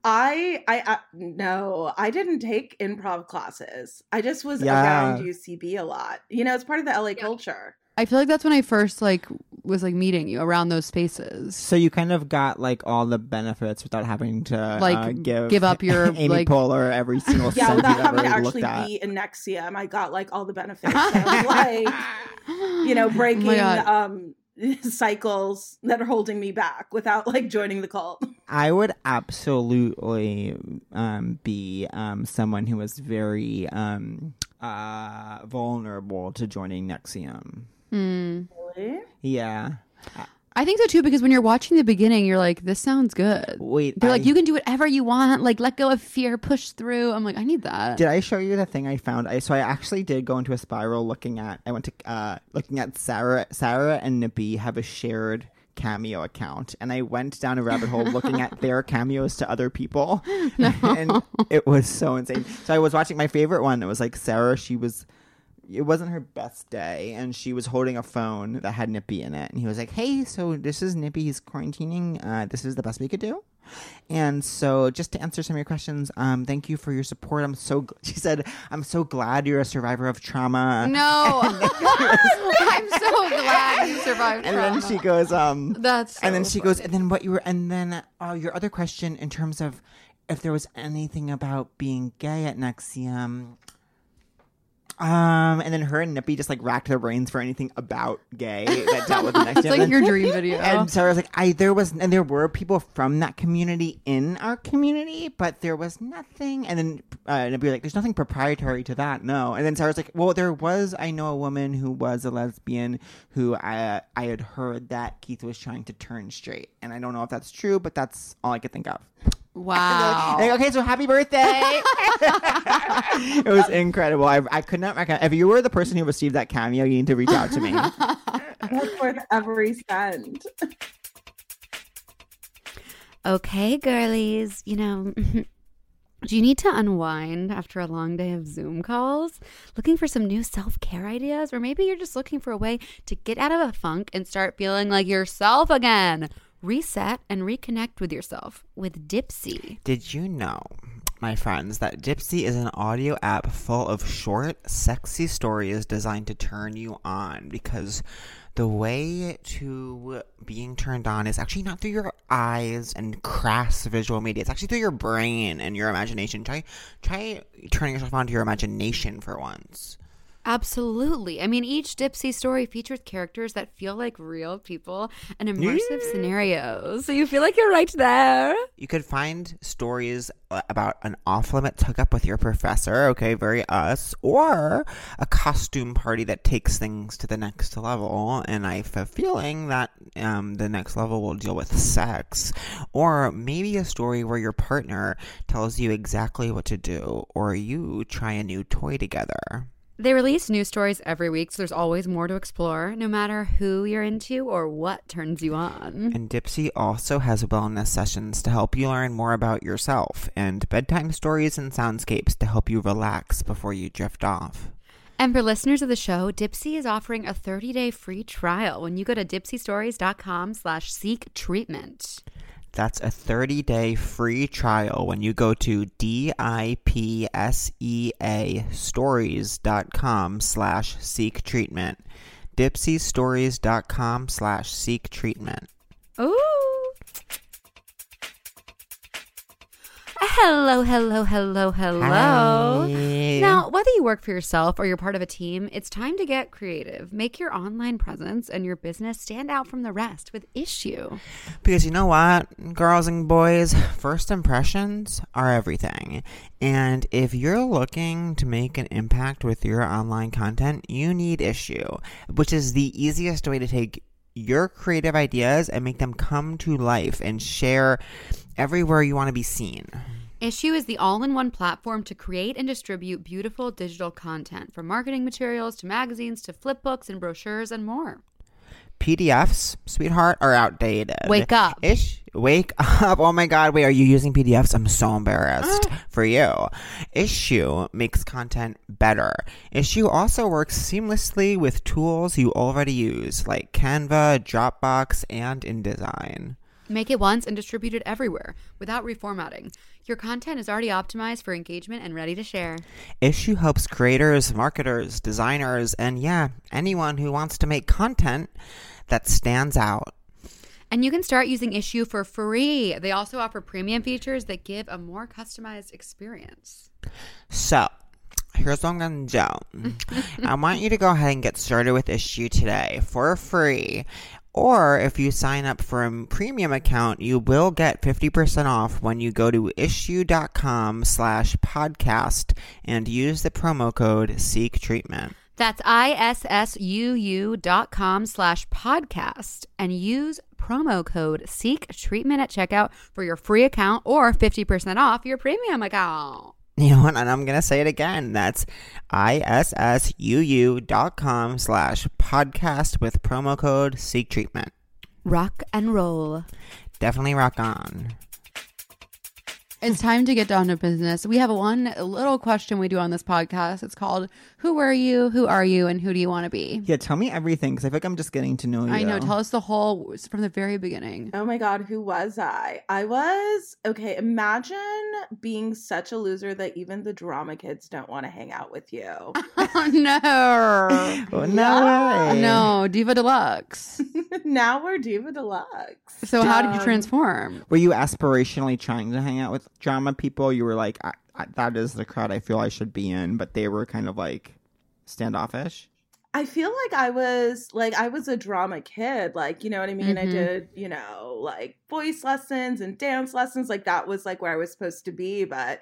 S4: I, I, I, no, I didn't take improv classes. I just was
S2: Yeah.
S4: around UCB a lot. You know, it's part of the LA culture.
S3: I feel like that's when I first like was like meeting you around those spaces.
S2: so you kind of got like all the benefits without having to
S3: Like,
S2: uh, give
S3: give up your,
S2: <laughs> Amy
S3: like-
S2: Poehler every single
S4: Yeah,
S2: cent you
S4: without
S2: ever
S4: having to actually
S2: looked at.
S4: be in Nexium, I got like all
S2: <laughs>
S4: the benefits. of, like, you
S2: Oh
S4: know, breaking
S3: God.
S4: um <laughs> cycles that are holding me back without like joining the cult.
S2: I would absolutely um, be um, someone who was very um, uh, vulnerable to joining Nexium.
S3: Hmm.
S4: Really?
S2: Yeah.
S3: I think so too because when you're watching the beginning, you're like, this sounds good.
S2: Wait,
S3: They're
S2: I-
S3: like, you can do whatever you want. Like, let go of fear, push through. I'm like, I need that.
S2: Did I show you the thing I found? I so I actually did go into a spiral looking at I went to uh looking at Sarah Sarah and Nabi have a shared cameo account and I went down a rabbit hole looking at their cameos to other people. <laughs> And it was so insane. So I was watching my favorite one. It was like Sarah, she was it wasn't her best day, and she was holding a phone that had Nippy in it. And he was like, Hey, so this is Nippy. He's quarantining. Uh, this is the best we could do. And so, just to answer some of your questions, um, thank you for your support. I'm so, gl-. she said, I'm so glad you're a survivor of trauma. <laughs>
S3: No, <laughs> I'm so glad you survived.
S2: And then
S3: trauma.
S2: she goes, um,
S3: That's
S2: and then
S3: so
S2: she goes, and then what you were, and then uh, your other question in terms of if there was anything about being gay at Nexium. Um, and then her and Nippy just like racked their brains for anything about gay that
S3: <laughs>
S2: dealt with Nexium.
S3: It's like
S2: And-
S3: your dream video.
S2: <laughs> and Sarah was like, I there was and there were people from that community in our community, but there was nothing. And then uh, Nippy was like, there's nothing proprietary to that, no. And then Sarah was like, well, there was. I know a woman who was a lesbian who I I had heard that Keith was trying to turn straight, and I don't know if that's true, but that's all I could think of.
S3: wow.
S2: Like, okay, so happy birthday. <laughs> it was incredible. I, I could not recommend. If you were the person who received that cameo, you need to reach out to me.
S4: That's worth every cent.
S1: Okay, girlies, you know,
S3: <laughs> Do you need to unwind after a long day of Zoom calls? Looking for some new self care ideas? Or maybe you're just looking for a way to get out of a funk and start feeling like yourself again? Reset and reconnect with yourself with Dipsy.
S2: Did you know, my friends, that Dipsy is an audio app full of short, sexy stories designed to turn you on? Because the way to being turned on is actually not through your eyes and crass visual media. It's actually through your brain and your imagination. Try, try turning yourself on to your imagination for once.
S3: Absolutely. I mean, each Dipsy story features characters that feel like real people and immersive scenarios. So you feel like you're right there.
S2: You could find stories uh, about an off limits hookup with your professor, okay, very us, or a costume party that takes things to the next level. And I have a feeling that um, the next level will deal with sex, or maybe a story where your partner tells you exactly what to do, or you try a new toy together.
S3: They release new stories every week, so there's always more to explore, no matter who you're into or what turns you on.
S2: And Dipsy also has wellness sessions to help you learn more about yourself, and bedtime stories and soundscapes to help you relax before you drift off.
S3: And for listeners of the show, Dipsy is offering a 30-day free trial when you go to dipsystories.com slash seek treatment.
S2: That's a 30 day free trial when you go to E DIPSEA stories.com slash seek treatment. Dipsystories.com slash seek treatment.
S3: Ooh. Hello, hello, hello, hello.
S2: Hi.
S3: Now, whether you work for yourself or you're part of a team, it's time to get creative. Make your online presence and your business stand out from the rest with Issue.
S2: Because you know what, girls and boys, first impressions are everything. And if you're looking to make an impact with your online content, you need Issue, which is the easiest way to take your creative ideas and make them come to life and share everywhere you want to be seen.
S3: Issue is the all in one platform to create and distribute beautiful digital content from marketing materials to magazines to flip books and brochures and more.
S2: PDFs, sweetheart, are outdated.
S3: Wake up.
S2: Ish. Wake up. Oh my God. Wait, are you using PDFs? I'm
S3: <gasps>
S2: so embarrassed for you. Issue makes content better. Issue also works seamlessly with tools you already use, like Canva, Dropbox, and InDesign.
S3: Make it once and distribute it everywhere without reformatting. Your content is already optimized for engagement and ready to share.
S2: Issue helps creators, marketers, designers, and yeah, anyone who wants to make content that stands out.
S3: And you can start using Issue for free. They also offer premium features that give a more customized experience.
S2: So, here's what I'm going to do. I want you to go ahead and get started with Issue today for free. Or if you sign up for a premium account, you will get 50% off when you go to issue.com slash podcast and use the promo code Seek Treatment.
S3: That's issuu dot com slash podcast and use promo code seek treatment at checkout for your free account or 50% off your premium account.
S2: You know what? And I'm going to say it again. That's issuu.com slash podcast with promo code Seek Treatment.
S3: Rock and roll.
S2: Definitely rock on.
S3: It's time to get down to business. We have one little question we do on this podcast. It's called Who Were You? Who Are You? And Who Do You Want to Be?
S2: Yeah, tell me everything because I feel like I'm just getting to know you.
S3: I know. Tell us the whole from the very <laughs> beginning.
S4: Oh my God, who was I? I was, okay, imagine being such a loser that even the drama kids don't want to hang out with you. <laughs>
S3: oh, no.
S2: Oh, no
S4: Yeah.
S2: way.
S3: No, Diva Deluxe.
S4: now we're Diva Deluxe.
S3: So, how did you
S4: Um,
S3: transform?
S2: Were you aspirationally trying to hang out with drama people? You were like, I, I, that is the crowd I feel I should be in, but they were kind of like standoffish.
S4: I feel like I was like I was a drama kid, like you know what I mean. I
S3: Mhm.
S4: did you know like voice lessons and dance lessons, like that was like where I was supposed to be. But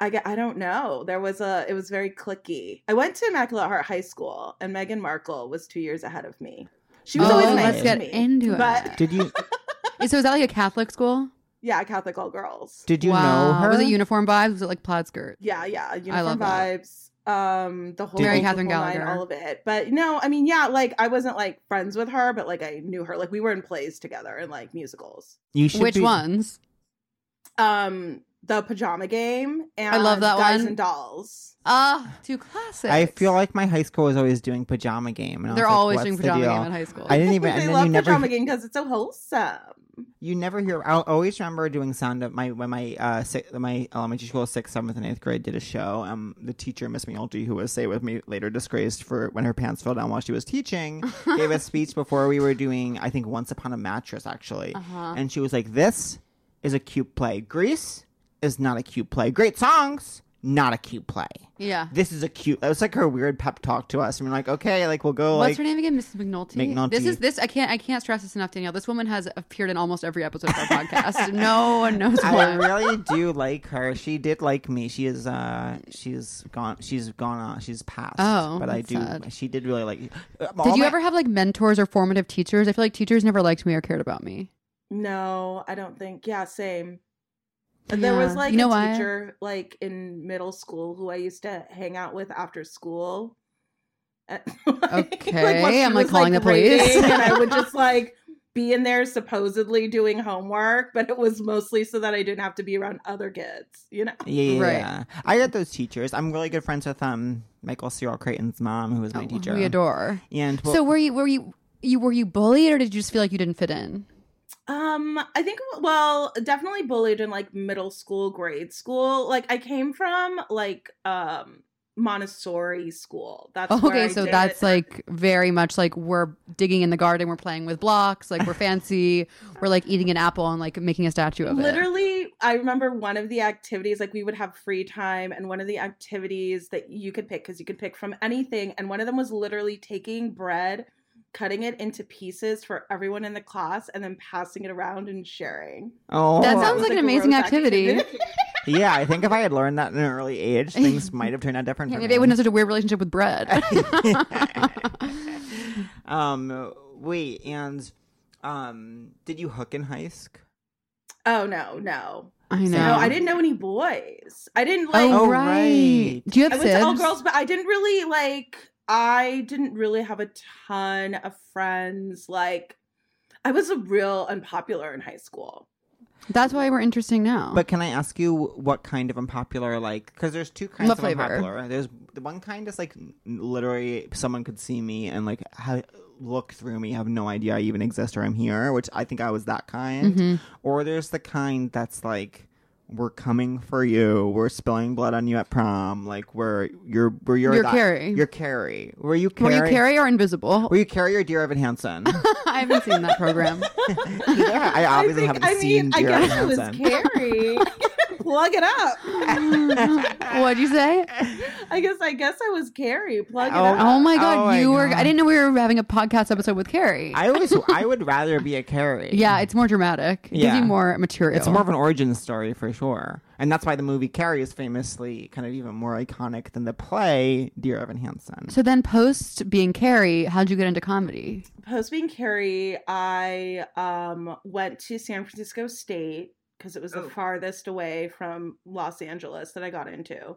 S4: I get I don't know. There was a it was very clicky. I went to Immaculate Heart High School, and Meghan Markle was two years ahead of me. She was
S2: Oh,
S4: always nice
S2: let's
S4: to
S3: get
S4: me,
S3: into it.
S4: but
S3: <laughs>
S2: Did you
S3: So, is that like a Catholic school?
S4: yeah, Catholic all girls.
S2: did you know her?
S3: Was it uniform vibes? Was it like plaid skirt?
S4: Yeah, yeah, uniform
S3: love that.
S4: vibes. Um, the whole
S2: Mary
S4: the
S3: Catherine
S4: whole nine,
S3: Gallagher.
S4: all of it. But no, I mean, yeah, like I wasn't like friends with her, but like I knew her. Like we were in plays together and like musicals.
S2: You should
S3: Which
S2: be-
S3: ones?
S4: Um, the pajama game and
S3: I love that
S4: guys
S3: one.
S4: and dolls.
S3: Ah, two classics.
S2: I feel like my high school was always doing pajama game. And I
S3: they're
S2: was like,
S3: always
S2: "What's
S3: doing
S2: the
S3: pajama
S2: deal?"
S3: game in high school. <laughs>
S2: I didn't even.
S4: they
S2: and then
S4: love
S2: you never,
S4: pajama game because it's so wholesome.
S2: you never hear. I always remember doing sound of my when my uh si my elementary school sixth, seventh, and eighth grade did a show. Um, the teacher Miss Miolte, who was say with me later disgraced for when her pants fell down while she was teaching, gave a speech before we were doing. I think Once Upon a Mattress actually,
S3: Uh-huh.
S2: and she was like, "This is a cute play. Grease is not a cute play. Great songs." Not a cute play.
S3: yeah.
S2: This is a cute. That was like her weird pep talk to us. I mean, like, okay, like we'll go.
S3: What's
S2: like,
S3: her name again? Mrs. McNulty.
S2: McNulty.
S3: This is this. I can't. I can't stress this enough, Danielle. This woman has appeared in almost every episode of our
S2: <laughs>
S3: podcast. No one knows
S2: I
S3: why.
S2: really do like her. She did like me. She is uh she's gone she's gone on she's passed.
S3: Oh,
S2: but I
S3: that's
S2: do
S3: sad.
S2: she did really like uh, Did
S3: Did you ever have like mentors or formative teachers? I feel like teachers never liked me or cared about me.
S4: No, I don't think. Yeah, same. And There was
S3: Yeah.
S4: like
S3: You know
S4: a
S3: why?
S4: teacher like in middle school who I used to hang out with after school. <laughs> Uh,
S3: Okay,
S4: once she
S3: I'm, like,
S4: was,
S3: calling the police.
S4: reading, and I
S3: <laughs>
S4: would just like be in there supposedly doing homework, but it was mostly so that I didn't have to be around other kids, you know?
S2: Yeah, yeah,
S3: Right.
S2: yeah. I got those teachers. I'm really good friends with um Michael Cyril Creighton's mom, who was my
S3: Oh,
S2: teacher.
S3: We adore.
S2: And well,
S3: so were you? Were you? You were you bullied, or did you just feel like you didn't fit in?
S4: Um, I think well, definitely bullied in like middle school, grade school. Like I came from like um Montessori school. That's where
S3: Oh, Okay,
S4: I
S3: so
S4: did-
S3: that's like very much like we're digging in the garden, we're playing with blocks, like we're fancy, we're like eating an apple and like making a statue of it.
S4: literally I remember one of the activities like we would have free time and one of the activities that you could pick cuz you could pick from anything and one of them was literally taking bread, cutting it into pieces for everyone in the class and then passing it around and sharing.
S2: oh
S3: That
S4: That
S3: sounds
S4: was,
S3: like an amazing
S4: gross
S3: activity.
S2: yeah, I think if I had learned that at an early
S3: <laughs>
S2: age, things might have turned out different.
S3: Yeah,
S2: for
S3: maybe I
S2: me.
S3: wouldn't have <laughs> such a weird relationship with
S4: <laughs>
S3: bread.
S2: <laughs>
S3: <laughs>
S2: um wait, and um did you hook in Heisk?
S4: <laughs> Oh no, no.
S3: I know.
S4: No, I didn't know any boys. I didn't like.
S3: Oh,
S2: Oh,
S3: right.
S2: right.
S3: Do you have
S4: I
S3: sibs?
S4: went to all girls, but I didn't really like. I didn't really have a ton of friends. Like, I was a real unpopular in high school.
S3: That's why we're interesting now.
S2: But can I ask you what kind of unpopular, like, because there's two kinds
S3: What
S2: of
S3: flavor?
S2: unpopular. There's the one kind is like n- literally someone could see me and like ha- look through me, have no idea I even exist or I'm here, which I think I was that kind.
S3: Mhm.
S2: Or there's the kind that's like, we're coming for you. We're spilling blood on you at prom. Like we're you're we're you're,
S3: You're
S2: that-
S3: Carrie.
S2: You're Carrie. Were you
S3: were
S2: Carrie?
S3: you Carrie or invisible?
S2: Were you Carrie or Dear Evan Hansen?
S3: <laughs>
S2: <laughs>
S3: I haven't seen that
S4: <laughs>
S3: program.
S2: Either. I obviously
S4: think-
S2: haven't seen Dear
S4: I
S2: Evan
S4: guess it was
S2: Hansen.
S3: <laughs>
S4: Carrie. Plug it up.
S3: What'd you say?
S4: I guess. I guess I was Carrie. Plug it
S2: Oh,
S4: up.
S3: Oh my god,
S2: Oh my
S3: you were.
S2: God.
S3: I didn't know we were having a podcast episode with Carrie.
S2: I always I would rather be a Carrie.
S3: yeah, it's more dramatic. It gives
S2: Yeah.
S3: you more material.
S2: It's more of an origin story for sure. And that's why the movie Carrie is famously kind of even more iconic than the play Dear Evan Hansen.
S3: So then, post being Carrie, how'd you get into comedy?
S4: post being Carrie, I um went to San Francisco State because it was
S3: Oh.
S4: the farthest away from Los Angeles that I got into.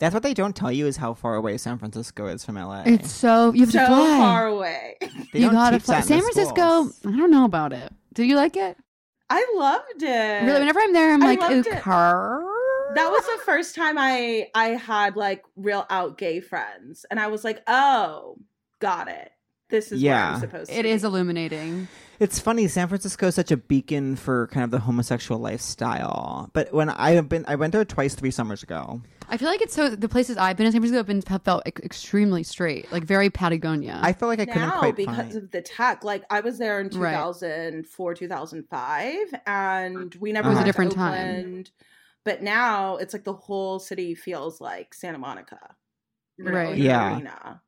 S2: That's what they don't tell you is how far away San Francisco is from LA.
S3: It's so you have
S4: So
S3: to fly.
S4: far away. <laughs>
S2: they
S3: you
S2: don't
S3: gotta
S2: teach
S3: fly.
S2: that in
S3: San
S2: the
S3: Francisco.
S2: schools.
S3: I don't know about it. Did you like it?
S4: I loved it.
S3: Really, whenever I'm there, I'm
S4: I
S3: like, ooh,
S4: loved it.
S3: car.
S4: that was the first time I I had like real out gay friends, and I was like, oh, got it. This is yeah, where
S2: Yeah.
S4: I'm supposed to.
S3: It is
S4: be.
S3: illuminating.
S2: It's funny, San Francisco is such a beacon for kind of the homosexual lifestyle. But when I have been I went there twice three summers ago.
S3: I feel like it's so. The places I've been in San Francisco have been have felt ex- extremely straight, like very Patagonia.
S2: I feel like I couldn't
S4: now
S2: quite
S4: because
S2: find
S4: of the tech. Like I was there in
S3: Right. Uh,
S4: 2004, 2005, and we never
S2: It was a
S4: went
S3: different
S4: to
S3: time.
S4: Oakland. But now it's like the whole city feels like Santa Monica, you know,
S3: Right.
S4: in the
S2: Yeah.
S4: arena.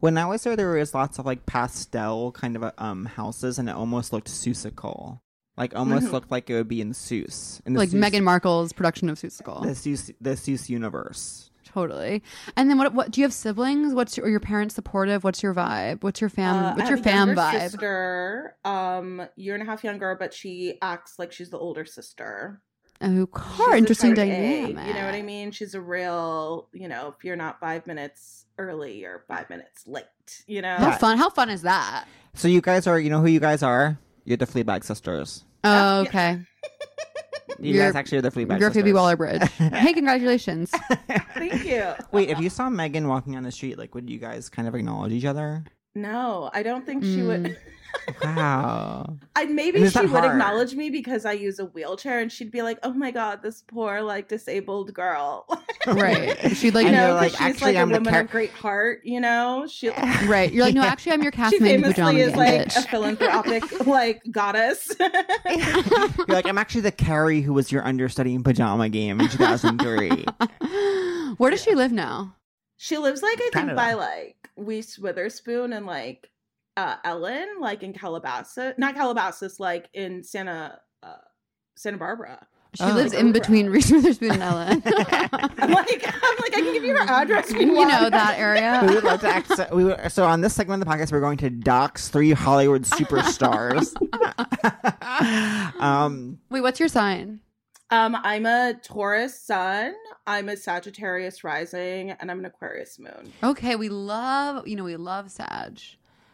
S2: when I was there there was lots of like pastel kind of um houses and it almost looked seussical. Like almost
S4: Mhm.
S2: looked like it would be in Seuss. In the
S3: like
S2: Seuss-
S3: Meghan Markle's production of Seussical.
S2: the Seuss, the Seuss universe.
S3: Totally. And then what? What do you have siblings? What's your, are your parents supportive? What's your vibe? What's your fam?
S4: Uh, I
S3: Um, what's
S4: have
S3: your
S4: a
S3: fam
S4: younger
S3: vibe?
S4: Sister, um, year and a half younger, but she acts like she's the older sister.
S3: Oh,
S4: She's
S3: car.
S4: a
S3: Interesting
S4: type A,
S3: dynamic.
S4: you know what I mean? She's a real, you know, if you're not five minutes early, you're five minutes late. You know,
S3: How fun? How fun is that?
S2: So you guys are, you know who you guys are? You're the Fleabag sisters.
S3: Oh,
S4: yeah.
S3: okay.
S2: You
S3: You're-
S2: guys actually are the Fleabag
S3: You're Phoebe
S2: sisters.
S3: Waller Bridge. <laughs> hey, congratulations.
S4: Thank you.
S2: <laughs> Wait, if you saw Megan walking down the street, like, would you guys kind of acknowledge each other?
S4: No, I don't think she
S3: Mm.
S4: would.
S2: Wow.
S4: I
S2: And
S4: maybe
S2: is
S4: she
S2: that
S4: would
S2: hard?
S4: acknowledge me because I use a wheelchair, and she'd be like, "Oh my god, this poor like disabled girl." <laughs>
S3: Right. She'd like,
S4: you
S2: And you're
S4: know,
S2: like,
S4: because she's
S2: "Actually,
S4: like a
S2: I'm the
S4: woman
S2: char-
S4: of great heart. You know, she
S3: <laughs> right. You're like, no, actually, I'm your
S4: she
S3: castmate in
S4: famously
S3: Pajama
S4: is like
S3: Bandit.
S4: a
S2: <laughs>
S4: philanthropic like goddess.
S2: <laughs>
S4: <laughs>
S2: You're like, I'm actually the Carrie who was your understudy in Pajama Game in
S4: <laughs>
S2: 2003.
S3: <laughs> Where does she live now?
S4: she lives like I think
S2: Canada.
S4: by like Reese Witherspoon and like uh, Ellen, like in Calabasas, not Calabasas, like in Santa uh, Santa Barbara. <laughs>
S3: She
S2: Oh,
S3: lives
S2: like
S3: in
S4: Oprah.
S3: between <laughs> Reese Witherspoon and <laughs> Ellen.
S4: I'm like, I'm like, I
S3: <laughs>
S4: can give you her address. if
S3: you know
S4: want.
S3: that
S2: we
S3: <laughs> area.
S2: would love to access, we would, so on this segment of the podcast we're going to dox three hollywood superstars <laughs> um
S3: Wait, what's your sign?
S4: Um, I'm a Taurus sun, I'm a Sagittarius rising, and I'm an Aquarius moon.
S3: Okay, we love, you know, we love Sag.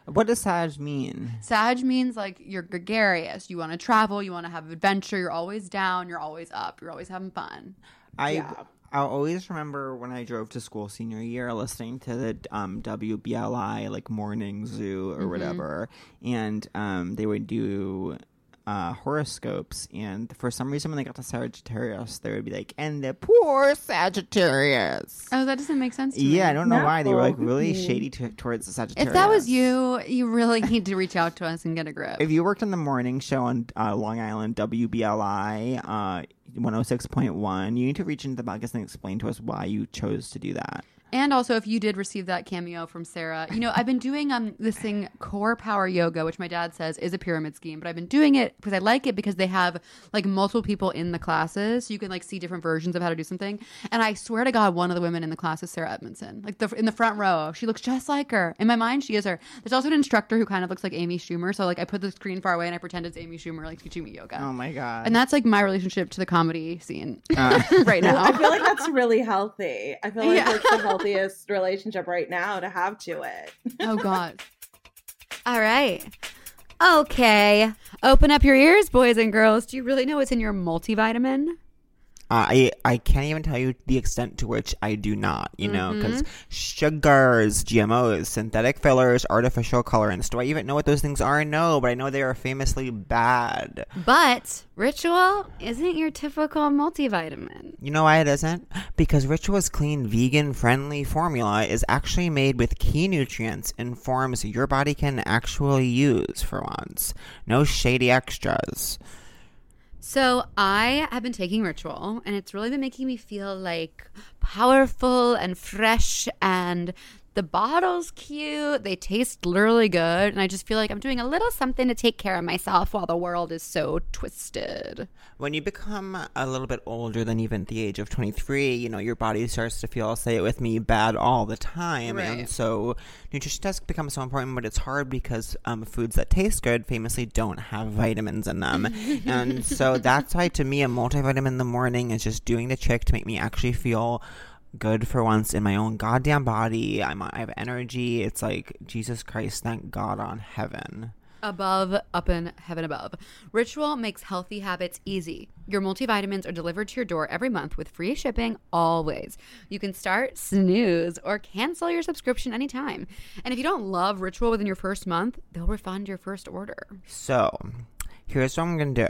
S2: what does sag mean
S3: Sag means like you're gregarious. You want to travel, you want to have adventure, you're always down, you're always up, you're always having fun.
S2: i
S4: Yeah.
S2: I'll always remember when I drove to school senior year listening to the um, WBLI like morning zoo or whatever, and um, they would do uh, horoscopes. And for some reason, when they got to Sagittarius, they would be like, "And the poor Sagittarius."
S3: Oh, that doesn't make sense to me.
S2: Yeah, I don't know why they were like
S4: No.
S2: really shady t- towards the Sagittarius.
S3: If that was you, you really <laughs> need to reach out to us and get a grip.
S2: if you worked on the morning show on uh, Long Island WBLI uh, 106.1, you need to reach into the podcast and explain to us why you chose to do that.
S3: And also, if you did receive that cameo from Sarah, you know, I've been doing um this thing, core power yoga, which my dad says is a pyramid scheme, but I've been doing it because I like it because they have like multiple people in the classes. So you can like see different versions of how to do something. And I swear to God, one of the women in the class is Sarah Edmondson, like the, in the front row. She looks just like her. In my mind, she is her. There's also an instructor who kind of looks like Amy Schumer. So like I put the screen far away and I pretend it's Amy Schumer, like teaching me yoga.
S2: Oh my God.
S3: and that's like my relationship to the comedy scene <laughs> right now.
S4: I feel
S3: <laughs>
S4: like that's really healthy. I feel like
S3: Yeah.
S4: it's
S3: <laughs>
S4: the healthiest relationship right now to have to it.
S3: oh God.
S1: All right. Okay.
S3: Open up your ears, boys and girls. Do you really know what's in your multivitamin?
S2: I I can't even tell you the extent to which I do not, you know, because sugars, GMOs, synthetic fillers, artificial colorants. Do I even know what those things are? No, but I know they are famously bad.
S1: But Ritual isn't your typical multivitamin.
S2: You know why it isn't? Because Ritual's clean, vegan friendly formula is actually made with key nutrients and forms your body can actually use for once. No shady extras.
S1: So I have been taking Ritual, and it's really been making me feel like powerful and fresh. And the bottle's cute; they taste really good, and I just feel like I'm doing a little something to take care of myself while the world is so twisted.
S2: When you become a little bit older than even the age of 23, you know, your body starts to feel, say it with me, bad all the time. And so nutrition does become so important, but it's hard because um, foods that taste good famously don't have vitamins in them. and so that's why, to me, a multivitamin in the morning is just doing the trick to make me actually feel good for once in my own goddamn body. I'm, I have energy. It's like, Jesus Christ, thank God on heaven.
S3: Above, up in heaven above. Ritual makes healthy habits easy. Your multivitamins are delivered to your door every month with free shipping always. You can start, snooze, or cancel your subscription anytime. And if you don't love Ritual within your first month, they'll refund your first order.
S2: So, here's what I'm gonna do.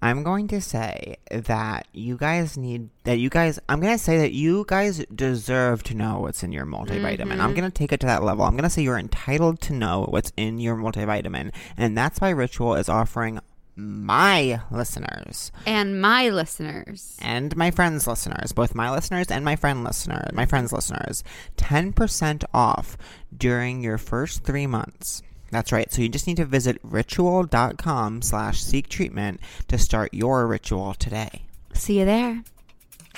S2: I'm going to say that you guys need that you guys. I'm gonna say that you guys deserve to know what's in your multivitamin. I'm gonna take it to that level. I'm gonna say you're entitled to know what's in your multivitamin, and that's why Ritual is offering my listeners
S1: And my listeners,
S2: and my friends listeners, both my listeners and my friend listener, my friends listeners, 10% off during your first 3 months. That's right. So you just need to visit ritual.com slash seek treatment to start your ritual today.
S1: see you there.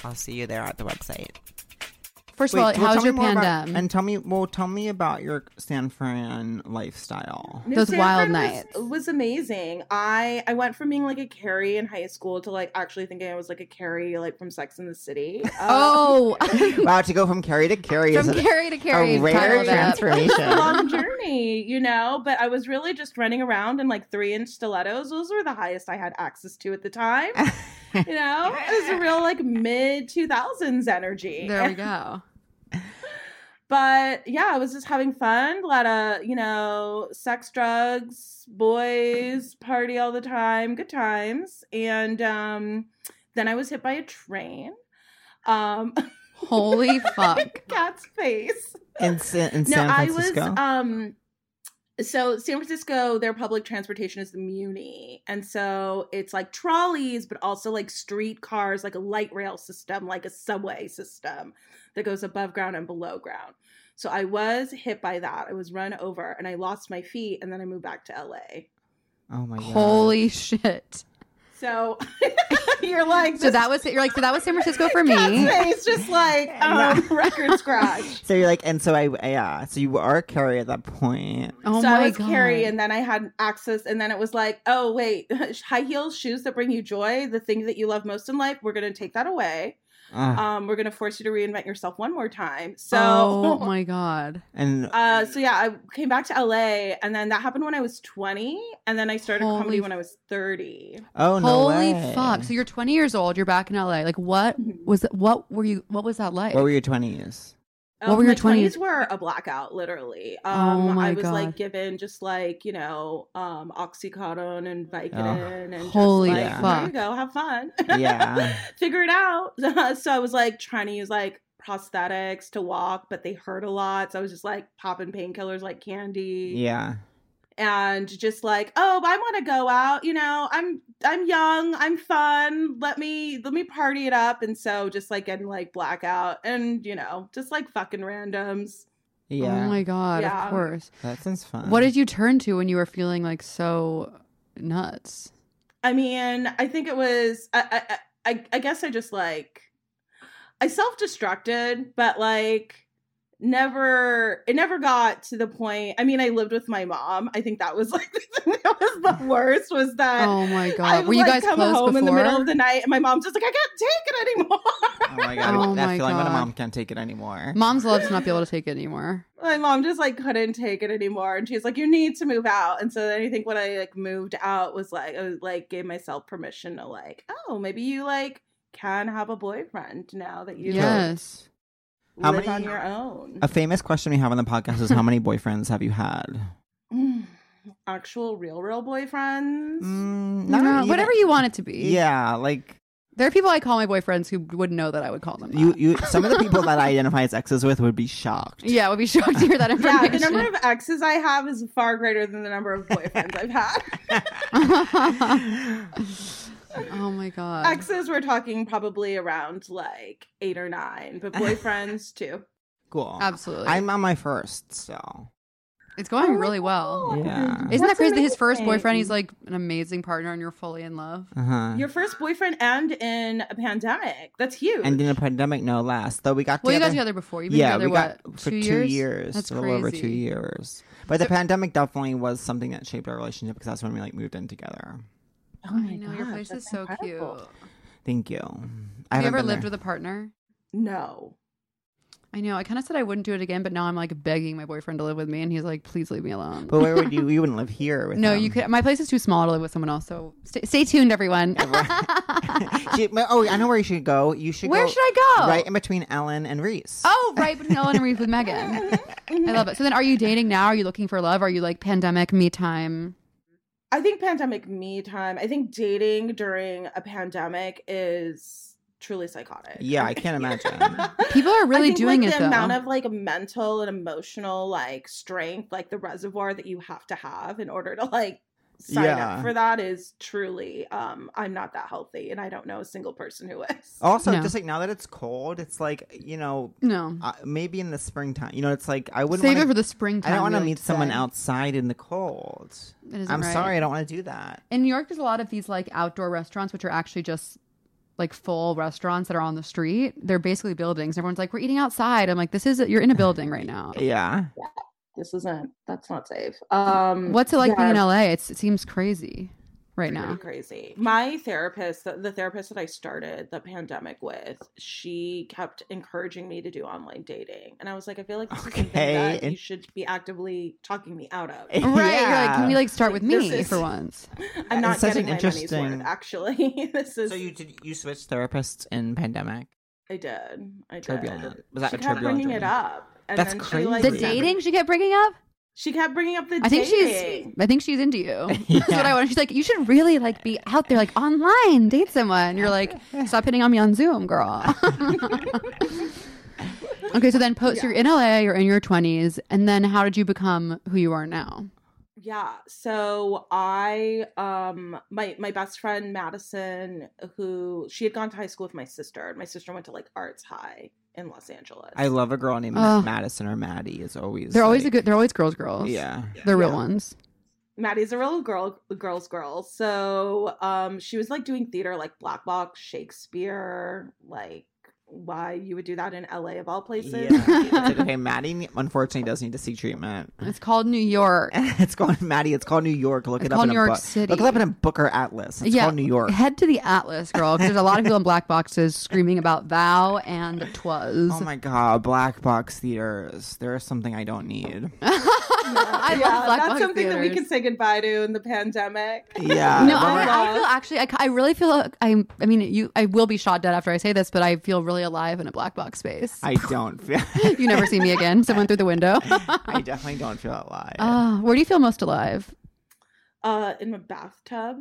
S2: I'll see you there at the website.
S3: First of all, how's your pandem?
S2: and tell me, well, tell me about your San Fran lifestyle.
S4: No,
S3: Those
S4: San
S3: wild
S4: Fran was-
S3: nights.
S4: was, amazing. I I went from being like a Carrie in high school to like actually thinking I was like a Carrie like from Sex in the City. Uh,
S3: <laughs>
S2: <laughs>
S3: oh,
S2: wow, to go from Carrie to Carrie
S3: from
S2: is a-
S3: Carrie to Carrie.
S2: a
S3: is kind
S2: rare
S3: of that. <laughs>
S4: a
S2: transformation.
S4: long journey, you know. But I was
S3: <laughs>
S4: really just running around in like three inch stilettos. Those were the highest I had access to at the time. you know, it was a real like mid two thousands energy.
S3: There we go.
S4: but yeah, I was just having fun. A lot of you know, sex, drugs, boys, party all the time, good times. And um, then I was hit by a train. Um, <laughs>
S3: Holy
S2: <laughs> Oh
S3: fuck.
S4: cat's face.
S2: in, Sa- in San Francisco.
S4: I
S3: uh,
S4: was um so San Francisco, their public transportation is the Muni. And so it's like trolleys, but also like streetcars, like a light rail system, like a subway system that goes above ground and below ground. So I was hit by that. I was run over and I lost my feet and then I moved back to LA.
S2: oh my god!
S3: Holy shit.
S4: So <laughs> you're like
S3: So that was it. You're like, so that was San Francisco for me.
S4: cat's face,
S3: <laughs>
S4: just like um, record scratch.
S2: So you're like, and so I yeah. So you are Carrie at that point.
S3: Oh
S4: so
S3: my
S4: I was
S3: god.
S4: Carrie, and then I had access, and then it was like, oh wait, <laughs> high heels, shoes that bring you joy, the thing that you love most in life, we're gonna take that away.
S2: Ugh.
S3: uh,
S4: Um, we're gonna force you to reinvent yourself one more time. So, <laughs>
S3: oh my god.
S2: and
S4: uh, so yeah, I came back to LA, and then that happened when I was twenty, and then I started
S3: Holy
S4: comedy
S3: f-
S4: when I was thirty.
S2: oh no
S3: Holy
S2: way.
S3: fuck. So you're 20 years old. You're back in LA. Like, what
S4: Mm-hmm.
S3: was what were you? What was that like?
S2: what were your twenties?
S3: What were
S4: Uh, my
S3: your 20s?
S4: were a blackout, literally.
S3: Oh
S4: Um,
S3: my
S4: I was
S3: God.
S4: like given just like you know, um, oxycodone and Vicodin, and just,
S3: Oh, Holy
S4: like, There
S3: fuck.
S4: you go, have fun. <laughs>
S2: Yeah.
S4: figure it out. <laughs> so I was like trying to use like prosthetics to walk, but they hurt a lot. So I was just like popping painkillers like candy.
S3: <laughs>
S2: Yeah.
S3: Oh
S4: And just like, oh, but I want to go out, you know, I'm I'm young, I'm fun. Let me let me party it up. And so just like getting like blackout and you know, just like fucking randoms.
S2: Yeah. Um,
S3: Oh my god.
S4: Yeah.
S3: Of course.
S2: that sounds fun.
S3: What did you turn to when you were feeling like so nuts?
S4: I mean, I think it was. I I I, I guess I just like I self destructed, but like never it never got to the point i mean i lived with my mom i think that was like <laughs> that
S3: <laughs>
S4: was the worst was that
S3: Oh my
S4: i
S3: god.
S4: would
S3: Were you
S4: like
S3: guys
S4: come
S3: close
S4: home
S3: before?
S4: in the middle of the night and my mom's just like i can't take it anymore <laughs>
S2: Oh my god!
S3: Oh
S2: that
S3: my
S2: feeling when a
S3: God.
S2: mom can't take it anymore.
S3: Mom's love to not be able to take it anymore.
S4: my mom just like couldn't take it anymore and she's like you need to move out and so then i think when i like moved out was like i like gave myself permission to like oh maybe you like can have a boyfriend now that you like,
S3: Yes.
S2: How
S4: live
S2: many-
S4: on your own
S2: a famous question we have on the podcast is how many boyfriends have
S3: <laughs>
S2: you had?
S4: Mm. actual real real boyfriends
S2: Mm,
S3: No,
S2: not really.
S3: whatever you want it to be.
S2: Yeah, like
S3: There are people I call my boyfriends who would know that I would call them.
S2: you,
S3: that.
S2: you. Some of the people that I identify as exes with would be shocked.
S3: yeah, <laughs> I would be shocked to hear that
S4: yeah
S3: information.
S4: the number of exes i have is far greater than the number of boyfriends i've
S3: <laughs>
S4: had <laughs>
S3: oh my god.
S4: exes we're talking probably around like eight or nine
S3: <laughs>
S4: but boyfriends too
S2: <laughs> Cool.
S3: Absolutely.
S2: I'm on my first, so
S3: it's going
S4: Oh my
S3: really well.
S2: Yeah.
S3: Isn't that
S4: That's
S3: crazy? that His first
S4: amazing.
S3: boyfriend, he's like an amazing partner, and you're fully in love.
S2: uh-huh.
S4: Your first boyfriend and in a pandemic. That's huge.
S2: and in a pandemic, no less. Though we got
S3: Well, you
S2: together.
S3: guys together before. You've been
S2: yeah,
S3: together
S2: we
S3: what?
S2: got for two
S3: years?
S2: years.
S3: That's
S2: a little over two
S3: crazy.
S2: years. But the pandemic definitely was something that shaped our relationship because that's when we like moved in together.
S4: oh
S3: I know your
S4: gosh,
S3: place
S4: that's
S3: is so
S4: incredible.
S3: cute.
S2: Thank you. I
S3: Have you
S2: haven't
S3: ever
S2: been
S3: lived
S2: there.
S3: with a partner?
S4: No.
S3: I know. I kind of said I wouldn't do it again, but now I'm like begging my boyfriend to live with me, and he's like, "Please leave me alone."
S2: But
S3: <laughs>
S2: where would you? You wouldn't live here with.
S3: no,
S2: him.
S3: you could. My place is too small to live with someone else. So stay, stay tuned, everyone.
S2: <laughs> She- oh, I know where you should go. You should.
S3: Where
S2: go
S3: should I go?
S2: Right in between Ellen and Reese.
S3: Oh, right between Ellen and Reese with
S4: <laughs>
S3: Megan.
S4: Mm-hmm.
S3: I love it. So then, are you dating now? Are you looking for love? Are you like pandemic me time?
S4: I think pandemic me time. I think dating during a pandemic is truly psychotic.
S2: Yeah,
S3: <laughs>
S2: I can't
S4: <laughs>
S2: imagine.
S3: People are really
S4: I think,
S3: doing
S4: like,
S3: it
S4: the
S3: though.
S4: amount of like mental and emotional like strength, like the reservoir that you have to have in order to like sign
S2: Yeah.
S4: up for that is truly um I'm not that healthy and I don't know a single person who is.
S2: also,
S3: No.
S2: just like now that it's cold, it's like you know,
S3: no,
S2: uh, maybe in the springtime. You know, it's like I wouldn't
S3: save
S2: wanna,
S3: it for the springtime.
S2: I don't
S3: want to
S2: meet someone outside in the cold.
S3: It isn't
S2: I'm
S3: right.
S2: sorry, I don't want to do that.
S3: In New York, there's a lot of these like outdoor restaurants, which are actually just like full restaurants that are on the street. They're basically buildings. Everyone's like, "We're eating outside." I'm like, "This is you're in a building right now."
S2: Yeah. <laughs>
S4: This isn't that's not safe. Um
S3: What's it like
S4: yeah.
S3: being in LA? It's, it seems crazy, right
S4: pretty <laughs>
S3: now.
S4: crazy. My therapist, the, the therapist that I started the pandemic with, she kept encouraging me to do online dating, and I was like, I feel like this is something that
S2: Okay.
S4: you should be actively talking me out of.
S3: Right. You're like, can we like start
S4: Like,
S3: with
S4: this
S3: me
S4: is-
S3: for once?
S4: I'm not
S2: It's such
S4: getting my
S2: an
S4: money's
S2: interesting-
S4: worth. Actually, <laughs> this is
S2: So you did you switched therapists in pandemic?
S4: I did. I did.
S2: Turbulent. Was that
S4: she
S2: a
S4: kept
S2: turbulent
S4: bringing it
S2: journey?
S4: up. And
S2: That's
S4: then
S2: crazy.
S4: She, like,
S3: The
S2: Right.
S3: dating she kept bringing up?
S4: She kept bringing up the
S3: I think
S4: dating.
S3: she's I think she's into
S2: <laughs>
S3: you.
S2: Yeah.
S3: That's what I want. She's like, you should really like be out there, like online, date someone. You're like, stop hitting on me on Zoom, girl. <laughs> okay, so then post. You're in LA. You're in your 20s, and then how did you become who you are now?
S4: Yeah. So I um my my best friend Madison, who she had gone to high school with my sister. and My sister went to like arts high in Los Angeles.
S2: I love a girl named
S3: Oh.
S2: Madison or Maddie. Is always
S3: They're always a
S2: like-
S3: good. They're always girls, girls.
S2: Yeah.
S3: they're real
S4: Yeah.
S3: ones.
S4: Maddie's a real girl girl's girl. So um she was like doing theater like Black Box, Shakespeare, like why you would do that in LA of all places.
S2: Yeah. It's like, okay, Maddie ne- unfortunately does need to seek treatment. <laughs>
S3: It's called New York.
S2: It's called Maddie. It's called New York. Look
S3: It's
S2: it up
S3: called
S2: in
S3: New
S2: a
S3: York
S2: book.
S3: City.
S2: Look it up in a Booker atlas. It's called New York.
S3: Head to the Atlas, girl. 'cause there's a lot of people in black boxes screaming about thou and twas. <laughs>
S2: Oh my god, black box theaters. There is something I don't need.
S3: I
S4: <laughs> Yeah,
S3: love black
S4: that's
S3: box
S4: something that we
S3: theaters.
S4: can say goodbye to in the pandemic.
S2: Yeah.
S3: <laughs> No,
S2: when
S3: I,
S4: Bummer.
S3: mean,
S2: I-
S3: I feel actually. I, I really feel. like I. I mean, you. I will be shot dead after I say this, but I feel really alive in a black box space.
S2: I don't feel.
S3: <laughs> you never see me again. Someone through the
S2: <laughs>
S3: window.
S2: I definitely don't feel alive.
S3: Uh, where do you feel most alive?
S4: Uh in my bathtub.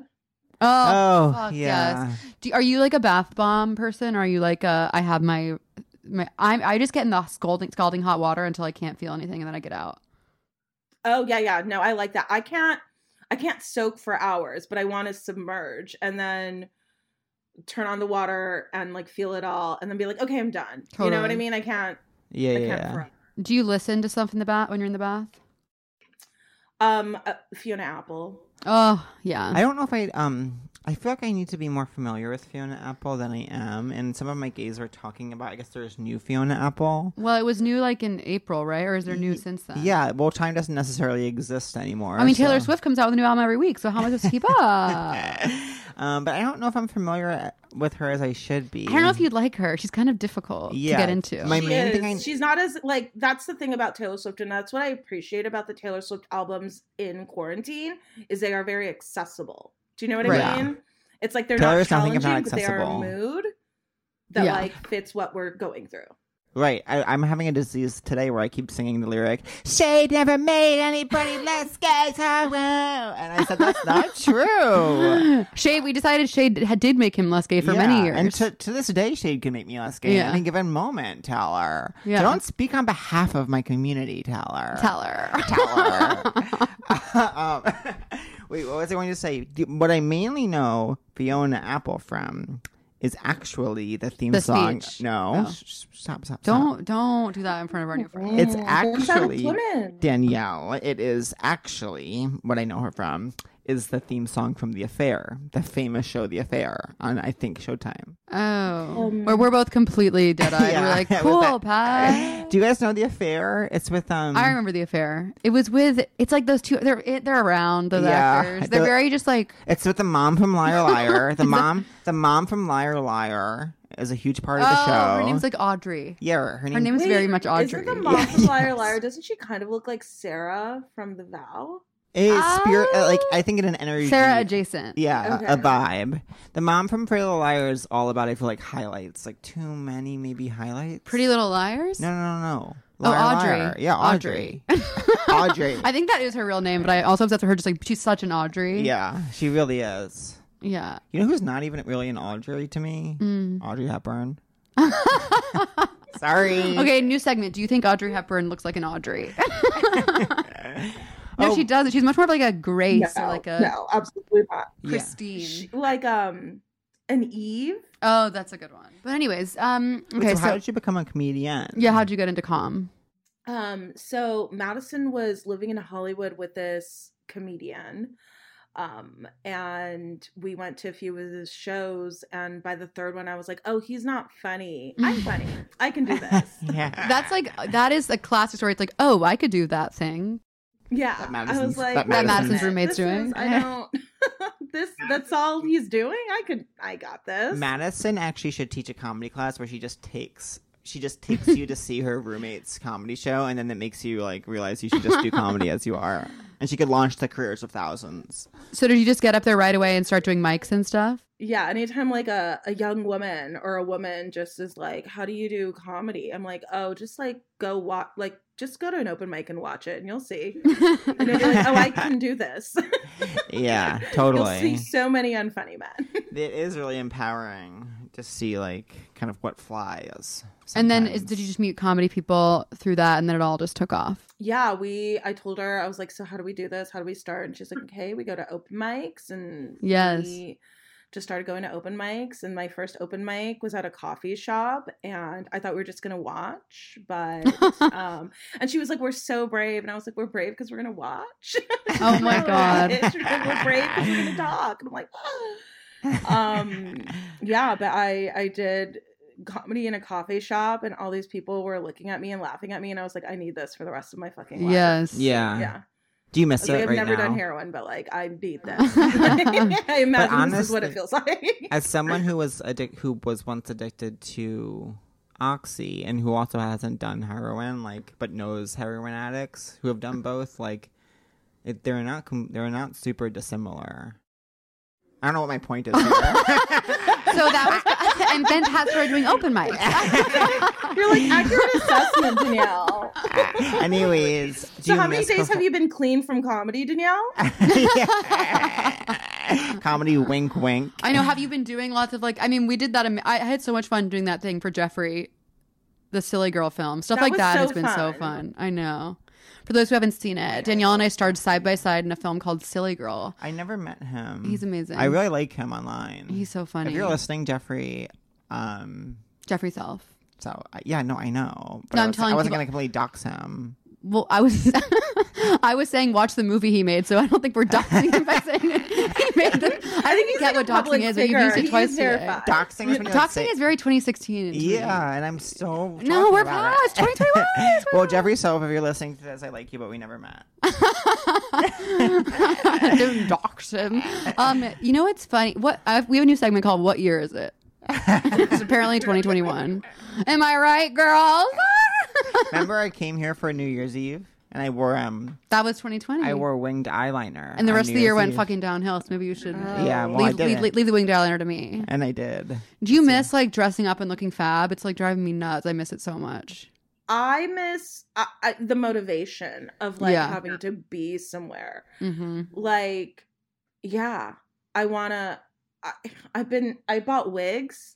S3: Oh,
S2: oh
S3: fuck
S2: yeah.
S3: do, are you like a bath bomb person? Or are you like a, I have my, my I I just get in the scalding scalding hot water until I can't feel anything and then I get out.
S4: Oh yeah, yeah. No, I like that. I can't I can't soak for hours, but I want to submerge and then turn on the water and like feel it all and then be like, okay, I'm done. You know what
S3: Totally.
S4: I mean? I can't
S2: Yeah,
S4: I
S2: yeah.
S4: can't
S2: yeah.
S4: forever.
S3: Do you listen to stuff in the bath when you're in the bath?
S4: Um uh, Fiona Apple.
S3: Oh yeah.
S2: I don't know if I um I feel like I need to be more familiar with Fiona Apple than I am. And some of my gays were talking about I guess there's new Fiona Apple.
S3: well, it was new like in April, right? Or is there new since then?
S2: Yeah, well time doesn't necessarily exist anymore.
S3: I mean, Taylor
S2: so-
S3: Swift uh, comes out with a new album every week, so how am I supposed
S2: <laughs>
S3: to keep up? I
S2: um, but I don't know if I'm familiar with her as I should be.
S3: don't know if you'd like her. She's kind of difficult
S2: Yeah,
S3: to get into. <gasps>
S2: my-
S4: she
S2: main
S4: is.
S2: thing I-
S4: She's not as like that's the thing about Taylor Swift, and that's what I appreciate about the Taylor Swift albums in quarantine is they are very accessible. Do you know what
S3: Right.
S4: I
S2: Yeah.
S4: mean? It's like they're
S2: Taylor's
S4: not
S2: nothing if
S4: challenging,
S2: not
S4: but they are a
S2: accessible.
S4: mood that
S3: Yeah.
S4: like fits what we're going through.
S2: Right. I, I'm having a disease today where I keep singing the lyric, Shade never made anybody less gay. <laughs> so well." And I said, that's not true.
S3: Shade, we decided Shade had- did make him less gay for
S2: Yeah,
S3: many years.
S2: And to, to this day, Shade can make me less gay
S3: Yeah.
S2: at any given moment, Taylor.
S3: Yeah.
S2: Don't speak on behalf of my community, Taylor.
S3: Tell her. <laughs>
S2: Taylor. <laughs> um, <laughs> wait, what was I going to say? The- What I mainly know Fiona Apple from is actually the theme
S3: The
S2: song.
S3: speech.
S2: No.
S3: Oh.
S2: Sh- sh- Stop, stop, stop.
S3: Don't don't do that in front of our new friend.
S2: It's
S4: Don't shout at
S2: actually
S4: women.
S2: Danielle. It is actually what I know her from is the theme song from The Affair, the famous show The Affair on I think Showtime.
S3: Oh, where we're both
S2: <laughs>
S3: completely dead eyed.
S2: Yeah,
S3: we're like,
S2: with
S3: cool,
S2: that-
S3: Pat.
S2: Do you guys know The Affair? It's with um <laughs>
S3: I remember the affair. It was with. It's like those two. They're it, they're around those
S2: Yeah,
S3: actors. They're
S2: the-
S3: very just like
S2: It's with the mom
S3: <laughs>
S2: from Liar Liar. The mom, the mom from Liar Liar is a huge part of the
S3: oh,
S2: show.
S3: her name's like Audrey.
S2: yeah, her,
S3: Her name is very much Audrey.
S4: Isn't the mom from
S3: <laughs>
S4: Liar
S2: Yes.
S4: Liar? Doesn't she kind of look like Sarah from The Vow?
S2: is spirit.
S3: Oh.
S2: uh, like I think in an energy.
S3: Sarah adjacent.
S2: Yeah, a
S4: Okay.
S2: vibe. The mom from Pretty Little Liar is all about. I feel like highlights, like too many maybe highlights.
S3: Pretty Little Liars.
S2: No, no, no, no.
S3: Oh,
S2: Liar,
S3: Audrey.
S2: Liar. Yeah, Audrey.
S3: <laughs>
S2: Audrey.
S3: I think that is her real name, but I also obsessed with her. Just like she's such an Audrey.
S2: Yeah, she really is.
S3: yeah.
S2: You know who's not even really an Audrey to me?
S3: Mm. <laughs>
S2: Audrey Hepburn. Sorry.
S3: Okay, new segment. Do you think Audrey Hepburn looks like an Audrey? <laughs>
S2: Oh.
S3: no, she doesn't. She's much more of like a Grace or like a
S4: no, absolutely not.
S2: Yeah.
S3: Christine.
S4: She- like um, an Eve.
S3: Oh, that's a good one. But anyways, um,
S2: Wait,
S3: okay,
S2: so, how
S3: so,
S2: did you become a comedian?
S3: yeah, how'd you get into com?
S4: Um, so Madison was living in Hollywood with this comedian. Um, and we went to a few of his shows, and by the third one, I was like, Oh, he's not funny. I'm funny. I can
S3: <laughs>
S4: do this.
S2: <laughs> yeah.
S3: That's like that is a classic story. It's like, oh, I could do that thing.
S4: Yeah.
S2: That
S4: I was
S2: Madison's-
S4: like,
S2: that
S4: "Wait a
S2: Madison's
S4: minute,
S3: roommate's
S4: this
S3: doing."
S4: is- I don't <laughs> this that's all he's doing. I could I got this.
S2: Madison actually should teach a comedy class where she just takes she just takes you to see her roommate's comedy show and then it makes you like realize you should just do comedy as you are. And she could launch the careers of thousands.
S3: So did you just get up there right away and start doing mics and stuff? <laughs>
S4: yeah, anytime like a, a young woman or a woman just is like, How do you do comedy? I'm like, Oh, just like go watch like just go to an open mic and watch it and you'll see. And they'll be like, Oh, I can do this. <laughs>
S3: <laughs>
S2: Yeah,
S4: You'll see
S2: totally.
S4: so many unfunny men.
S2: It is really empowering to see like kind of what flies.
S3: And then is,
S2: sometimes.
S3: did you just meet comedy people through that and then it all just took off?
S4: yeah, we I told her, I was like, So how do we do this? How do we start? And she's like, Okay, we go to open mics and
S3: Yes.
S4: we just started going to open mics and my first open mic was at a coffee shop and I thought we were just gonna watch, but um and she was like, We're so brave and I was like, We're brave because we're gonna watch.
S3: Oh
S2: <laughs>
S4: <laughs>
S3: my God.
S4: She was like, we're brave because we're gonna talk. And I'm like, um yeah but i i did comedy in a coffee shop and all these people were looking at me and laughing at me and i was like i need this for the rest of my fucking life
S3: Yes.
S2: yeah.
S4: yeah
S2: Do you
S4: I
S2: miss
S4: was
S2: it
S4: like, i've
S2: right
S4: never
S2: now?
S4: done heroin but like i
S3: <laughs>
S4: need this <laughs> i imagine this is
S2: honestly-
S4: what it feels like
S2: as someone
S4: <laughs>
S2: who was addic- who was once addicted to oxy and who also hasn't done heroin like but knows heroin addicts who have done both like it, they're not com- they're not super dissimilar i don't know what my point is
S4: <laughs>
S2: here.
S3: So that was, and then Pat started doing open <laughs> mics.
S4: you're like accurate assessment <laughs> danielle
S2: anyways do
S4: so
S2: you
S4: how many
S2: miss
S4: days have
S2: perfor-
S4: you been clean from comedy
S3: <laughs>
S4: danielle
S2: <laughs> Yeah. comedy wink wink
S3: I know. Have you been doing lots of like? I mean, we did that. am- I I had so much fun doing that thing for Jeffrey, the silly girl film stuff
S4: That
S3: like
S4: was
S3: that
S4: so
S3: has been so
S4: fun.
S3: fun. I know. For those who haven't seen it, Danielle and I starred side by side in a film called Silly Girl.
S2: i never met him
S3: He's amazing.
S2: i really like him online
S3: He's so funny.
S2: if you're listening jeffrey um
S3: Jeffrey Self.
S2: So I- yeah, no, I know. But
S3: No,
S2: I,
S3: I'm
S2: was,
S3: telling
S2: I wasn't
S3: people-
S2: gonna completely dox him.
S3: Well, I was, <laughs> I was saying watch the movie he made. So I don't think
S4: <laughs>
S3: we're doxing him by saying it. he made the. I, think you
S4: he's
S3: get
S4: like
S3: what
S4: a public
S3: doxing is, but you've
S4: figure.
S3: used it
S4: He's
S3: twice today.
S4: verified.
S2: Doxing is when you like,
S3: Doxing
S2: say-
S3: is very 2016. to me.
S2: Yeah, and I'm
S3: No,
S2: still talking
S3: we're
S2: about
S3: past
S2: <laughs> it.
S3: 2021. it's
S2: well, Jeffrey Self, if you're listening to this, I like you, but we
S3: <laughs>
S2: never met.
S3: Don't dox
S2: <laughs>
S3: him. Um, you know what's funny? What i we have a new segment called "What Year Is It?" it's
S2: <laughs>
S3: apparently 2021. Am I right, girls?
S2: Remember, I came here for New Year's Eve, and I wore um,
S3: that was 2020.
S2: I wore winged eyeliner,
S3: Hmm. and the
S2: on
S3: rest of
S2: New
S3: the year
S2: Year's
S3: went
S2: Eve.
S3: fucking downhill. So maybe you should
S2: Yeah, well, I
S3: leave, leave,
S2: didn't.
S3: leave, the winged eyeliner to me.
S2: And I did.
S3: Do you miss like dressing up and looking fab? It's like driving me nuts. I miss it so much.
S4: i miss I, I, the motivation of like
S3: Yeah.
S4: having to be somewhere
S2: <laughs>
S3: Mm-hmm.
S4: like yeah i wanna I, i've been i bought wigs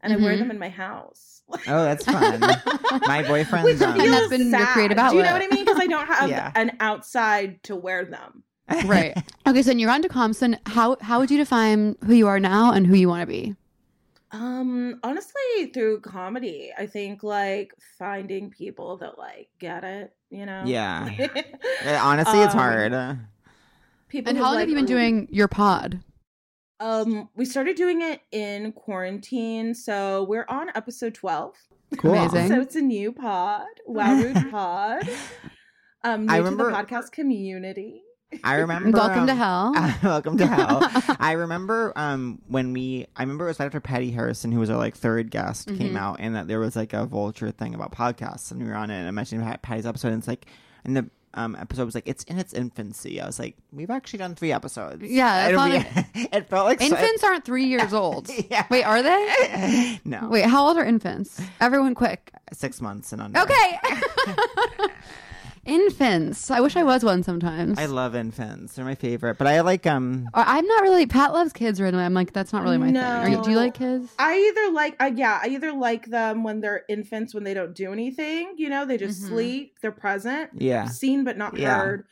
S4: and i wear
S3: Mhm.
S4: them in my house <laughs>
S2: Oh,
S3: <laughs>
S2: that's fun. My boyfriend's
S4: Which
S2: um,
S3: And
S2: <laughs>
S4: feels
S3: that's been your
S4: sad.
S3: creative
S4: Do you know
S3: outlet.
S4: what I mean? Because
S3: <laughs>
S4: I don't have
S2: Yeah.
S4: an outside to wear them.
S3: Right. okay, so Neuron Compson, how how would you define who you are now and who you want to be?
S4: Um, honestly, through comedy, I think like finding people that like get it. You know? <laughs>
S2: Yeah. Eh, Honestly, it's
S4: Um,
S2: hard.
S4: people.
S3: And
S4: who,
S3: how long
S4: like,
S3: have you been doing your pod?
S4: Um, we started doing it in quarantine, so we're on episode twelve.
S2: Cool.
S3: amazing.
S4: So it's a new pod, Wow Rude Pod. Um, new
S2: I
S4: to
S2: remember-
S4: the podcast community.
S2: I remember.
S3: Welcome to
S2: um,
S3: hell.
S2: <laughs> Welcome to
S3: <laughs>
S2: hell. I remember um, when we, I remember it was right after Patty Harrison, who was our like third guest, came
S3: Mhm.
S2: out, and that there was like a vulture thing about podcasts, and we were on it, and I mentioned Pat- Patty's episode, and it's like, and the um, episode was like, it's in its infancy. I was like, we've actually done three episodes.
S3: Yeah,
S2: And
S3: that's
S2: we- <laughs> it felt like so-
S3: Infants aren't three years old.
S2: <laughs> Yeah.
S3: Wait, are
S2: <laughs>
S3: they?
S2: no,
S3: Wait, how old are infants? Everyone, quick.
S2: six months and under.
S3: Okay. <laughs> infants. I wish I was one sometimes.
S2: I love infants; they're my favorite. But I like um.
S3: Or I'm not really. Pat loves kids right now. I'm like, that's not really my thing. Are you- do you
S4: No.
S3: like kids?
S4: I either like, uh, yeah, I either like them when they're infants, when they don't do anything, you know, they just
S3: Mhm.
S4: sleep, they're present,
S2: Yeah.
S4: seen but not
S2: Yeah.
S4: heard,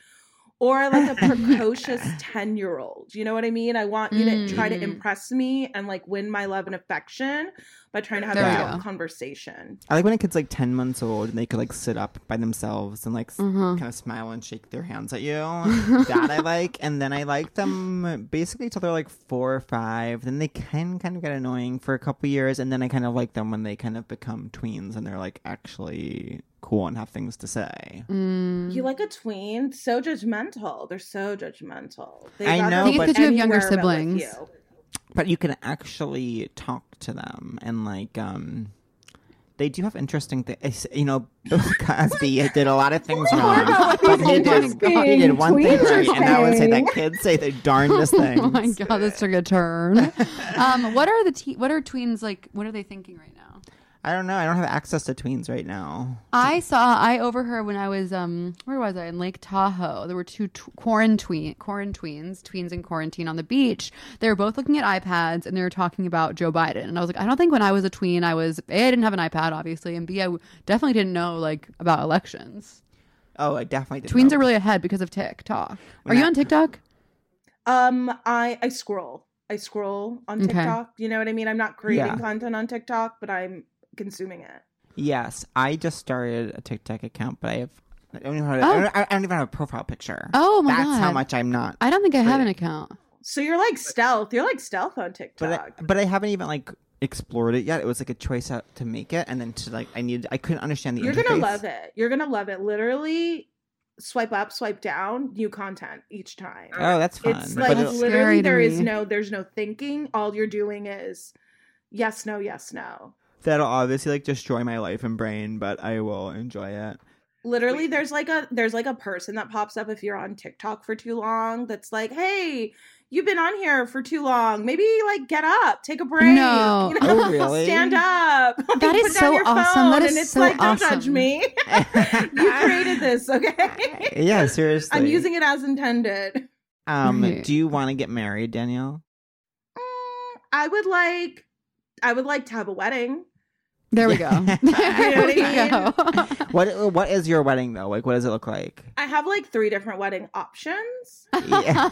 S4: or I like a precocious 10 year old. You know what I mean? I want you to try to
S3: Mm.
S4: impress me and like win my love and affection by trying to have
S3: There
S4: an
S3: we
S4: adult
S3: go.
S4: conversation.
S2: I like when a kid's like ten months old and they could like sit up by themselves and like s-
S3: Mhm.
S2: kind of smile and shake their hands at you. <laughs> that I like, and then I like them basically till they're like four or five. Then they can kind of get annoying for a couple years, and then I kind of like them when they kind of become tweens and they're like actually cool and have things to say.
S3: Mm. <laughs>
S4: You like a tween? So judgmental. They're so judgmental. They
S2: I know, I think it's
S4: but
S2: 'cause you
S3: have younger siblings.
S2: But you can actually talk to them and like um they do have interesting things. You know, <laughs> Bill Cosby did a lot of things wrong, but
S3: Oh
S2: he did, he did one thing right, and I would say that kids say the darndest things.
S3: <laughs> Oh my god, this took a turn.
S2: <laughs>
S3: um, what are the te- what are tweens like? What are they thinking right now?
S2: I don't know. I don't have access to tweens right now.
S3: I saw I overheard when I was um where was I in Lake Tahoe there were two t- quarantine quarantines tweens in quarantine on the beach they were both looking at iPads and they were talking about Joe Biden and I was like I don't think when I was a tween I was a I didn't have an iPad obviously and b I w- definitely didn't know like about elections
S2: Oh, I definitely did.
S3: tweens are really ahead because of TikTok are
S2: When
S3: you
S2: I-
S3: on TikTok
S4: Um, I I scroll. I scroll on
S3: Okay.
S4: TikTok. You know what I mean? I'm not creating
S2: Yeah.
S4: content on TikTok, but I'm consuming it.
S2: Yes, I just started a TikTok account, but I have. I don't even have. I, don't, I don't even have a profile picture.
S3: Oh my
S2: That's how
S3: God.
S2: much I'm not.
S3: I don't think I have an
S2: Right.
S3: account
S4: So you're like stealth. You're like stealth on
S2: but
S4: TikTok.
S2: I, but I haven't even like explored it yet. It was like a choice out to make it, and then to like I needed. I couldn't understand the.
S4: you're
S2: interface.
S4: gonna love it. You're gonna love it. Literally, swipe up, swipe down, new content each time.
S2: Oh, that's fun.
S4: it's
S2: but
S4: like
S3: That's
S2: it's,
S4: literally
S3: scary to
S4: there is
S3: me.
S4: no there's no thinking. All you're doing is yes, no, yes, no.
S2: that'll obviously like destroy my life and brain, but I will enjoy it.
S4: Literally, there's like a there's like a person that pops up if you're on TikTok for too long. That's like, hey, you've been on here for too long. Maybe like get up, take a
S2: <laughs>
S4: break.
S3: No.
S4: you know?
S2: Oh, really?
S4: Stand up. Like,
S3: That is
S4: put down
S3: so
S4: your
S3: awesome. That
S4: phone.
S3: is
S4: and it's
S3: so
S4: like, don't judge
S3: awesome.
S4: me. <laughs> <laughs> you
S3: <laughs>
S4: created this, okay?
S2: yeah, seriously.
S4: I'm using it as intended.
S2: Um,
S3: Right.
S2: do you want to get married, Danielle?
S4: Mm, I would like, I would like to have a wedding.
S3: <laughs> there
S2: <laughs>
S3: we
S2: Yeah.
S3: go
S2: You
S4: know
S3: there we
S4: what
S3: go
S2: What What is your wedding though? Like, what does it
S3: <laughs>
S2: look like?
S4: I have like three different wedding options.
S2: Yeah.
S4: Do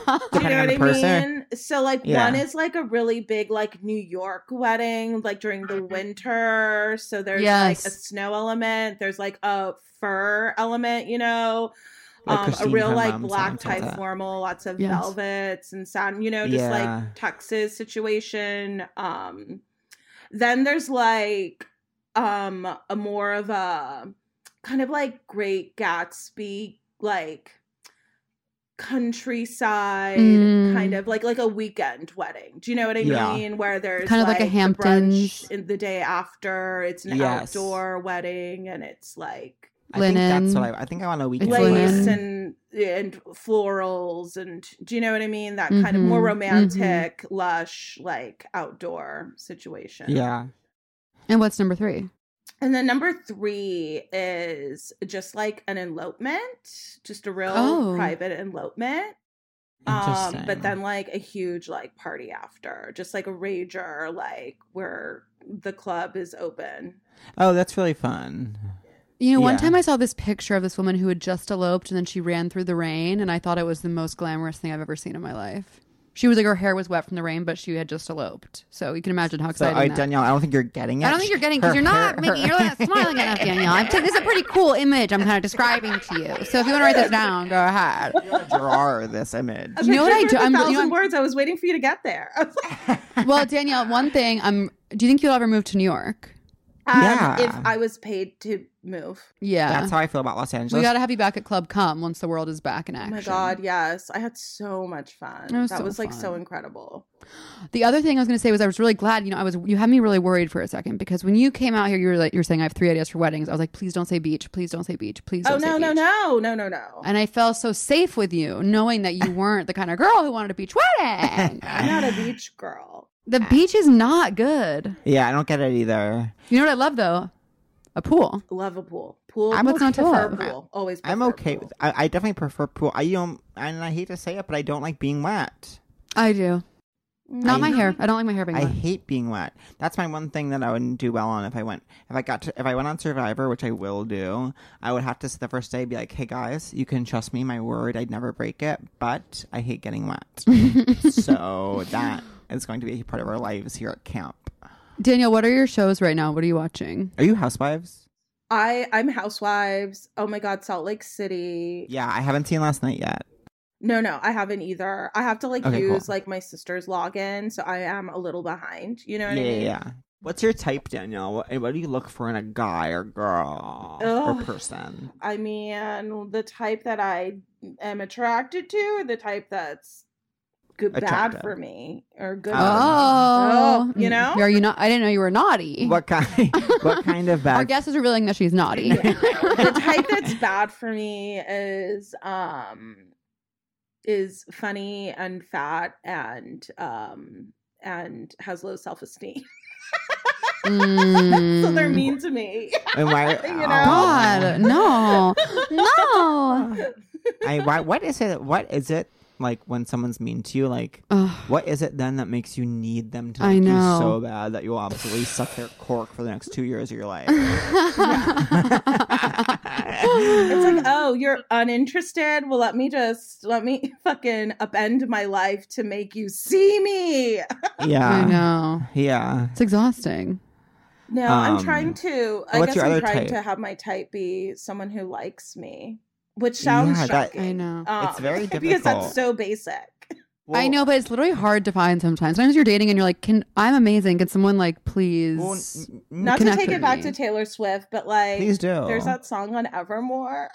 S4: <laughs> you
S2: Depending on
S4: know what
S2: the
S4: I
S2: person.
S4: mean? So like
S2: Yeah.
S4: one is like a really big like New York wedding, like during the winter. So there's
S3: Mm-hmm. Yes.
S4: like a snow element. There's like a fur element, you know.
S2: Like
S4: um, a
S2: Christine
S4: real
S2: from,
S4: like
S2: um,
S4: black
S2: Seinfeld,
S4: tie
S2: uh,
S4: formal, lots of
S3: Yes.
S4: velvets and satin, you know, just
S2: Yeah.
S4: like Texas situation. Um then there's like um a more of a kind of like great Gatsby like countryside
S3: Mm.
S4: kind of like like a weekend wedding. Do you know what I
S2: Yeah.
S4: mean? Where there's
S3: Kind of like a
S4: the brunch
S3: Hamptons.
S4: in the day after. It's an
S2: Yes.
S4: outdoor wedding and it's like
S2: I think that's
S3: Linen.
S2: what I. I think I want a weekend.
S3: It's
S4: lace
S2: wedding.
S3: linen.
S4: and and florals and do you know what I mean? That kind of more
S3: Mhm, mhm.
S4: romantic, lush, like outdoor situation.
S2: Yeah.
S3: <laughs> and what's number three
S4: And then number three is just like an elopement, just a real
S3: Oh.
S4: private elopement. Um,
S2: Interesting.
S4: but then like a huge like party after, just like a rager, like where the club is open.
S2: Oh, that's really fun.
S3: You know, one
S2: Yeah.
S3: time I saw this picture of this woman who had just eloped and then she ran through the rain, and I thought it was the most glamorous thing I've ever seen in my life. She was like, her hair was wet from the rain, but she had just eloped. So you can imagine how
S2: So,
S3: exciting
S2: I,
S3: that-
S2: Danielle, I don't think you're getting it.
S3: I don't think you're getting because
S2: Her-
S3: you're not
S2: her-
S3: making,
S2: her-
S3: you're
S2: <laughs>
S3: not smiling enough, Danielle. I'm t- this is a pretty cool image I'm kind of describing to you. So if you want to write this down, go ahead.
S2: draw this image.
S4: A
S3: You know what I
S4: picture
S3: do-
S4: worth
S3: I'm-
S4: A
S3: you know,
S4: thousand
S3: I'm-
S4: words. I was waiting for you to get there. <laughs> I was like,
S3: Well, Danielle, one thing. Um, do you think you'll ever move to New York?
S4: um,
S2: Yeah.
S4: if I was paid to move.
S3: Yeah,
S2: That's how I feel about Los Angeles.
S3: we got to have you back at Club Come once the world is back in
S4: Oh
S3: action.
S4: my god, yes. I had so much fun.
S3: It was
S4: that
S3: so
S4: was like so
S3: fun.
S4: incredible.
S3: The other thing I was going to say was I was really glad. You know, I was you had me really worried for a second because when you came out here, you were like you were saying I have three ideas for weddings. I was like, please don't say beach, please don't say beach, please.
S4: Oh
S3: Don't
S4: no,
S3: say
S4: no,
S3: beach.
S4: no, no, no, no.
S3: And I felt so safe with you, knowing that you weren't the kind of girl who wanted a beach
S4: <laughs>
S3: wedding.
S4: I'm not
S3: <sighs>
S4: a beach girl.
S3: the beach is not good.
S2: yeah, I don't get it either.
S3: You know what I love though? A pool.
S4: Love a pool. Pool.
S3: I'm what's not to
S4: prefer
S3: love.
S4: pool. Always.
S2: I'm
S4: prefer
S2: okay
S4: pool.
S2: with. I, I definitely prefer pool. I don't, and I hate to say it, but I don't like being wet.
S3: I do. Not my hair. I don't like my hair being
S2: I
S3: wet.
S2: hate being wet. That's my one thing that I wouldn't do well on if I went if I got to if I went on Survivor, which I will do. I would have to s- the first day be like, "Hey guys, you can trust me. My word, I'd never break it." But I hate
S3: <laughs>
S2: getting wet, so that is going to be a part of our lives here at camp.
S3: Danielle, what are your shows right now? What are you watching?
S2: Are you housewives?
S4: I I'm Housewives. Oh my God, Salt Lake City.
S2: Yeah, I haven't seen last night yet.
S4: No, no, I haven't either. I have to like
S2: Okay, cool.
S4: use like my sister's login, so I am a little behind. You know
S2: Yeah,
S4: what I
S2: yeah,
S4: mean?
S2: yeah. What's your type, Danielle? What, what do you look for in a guy or girl or
S4: Ugh. <laughs>
S2: person?
S4: I mean, the type that I am attracted to, or the type that's good, bad
S2: Attractive. Um,
S4: for me, or good.
S3: Oh,
S4: Um, Oh, you know?
S3: Are you not? I didn't know you were naughty.
S2: What kind? what kind of
S3: Our
S2: bad?
S3: guest is revealing that she's
S4: <laughs>
S3: naughty.
S4: the type that's bad for me is um is funny and fat and um and has low self esteem.
S3: Mm.
S4: <laughs> so they're mean
S2: <laughs>
S4: to me.
S2: <laughs> and why?
S4: <laughs>
S2: oh,
S4: you know? <laughs>
S3: God, no,
S2: <laughs>
S3: no.
S2: I, why, what is it? What is it like when someone's mean to you? Like,
S3: Ugh.
S2: what is it then that makes you need them to
S3: I
S2: like, you
S3: know.
S2: so bad that you'll absolutely suck their cork for the next two years of your
S4: <laughs>
S2: life?
S4: It's like, oh, you're uninterested. Well, let me just let me <laughs> fucking upend my life to make you see me.
S2: yeah,
S3: I know.
S2: yeah.
S3: It's exhausting.
S4: No,
S2: Um,
S4: I'm trying to. I
S2: what's
S4: guess
S2: your
S4: I'm
S2: other
S4: trying
S2: type?
S4: to have my type be someone who likes me, which sounds
S2: Yeah, that-
S4: shocking.
S3: I know.
S4: Um,
S2: It's very
S4: <laughs> because
S2: difficult.
S4: that's so basic.
S3: I know, but it's literally hard to find sometimes. Sometimes you're dating and you're like, "Can I'm amazing? Can someone like please?"
S2: Well, n- n-
S4: Not to
S3: connect
S4: take
S3: with
S4: it back
S3: me.
S4: to Taylor Swift, but like,
S2: please do.
S4: there's that song on Evermore.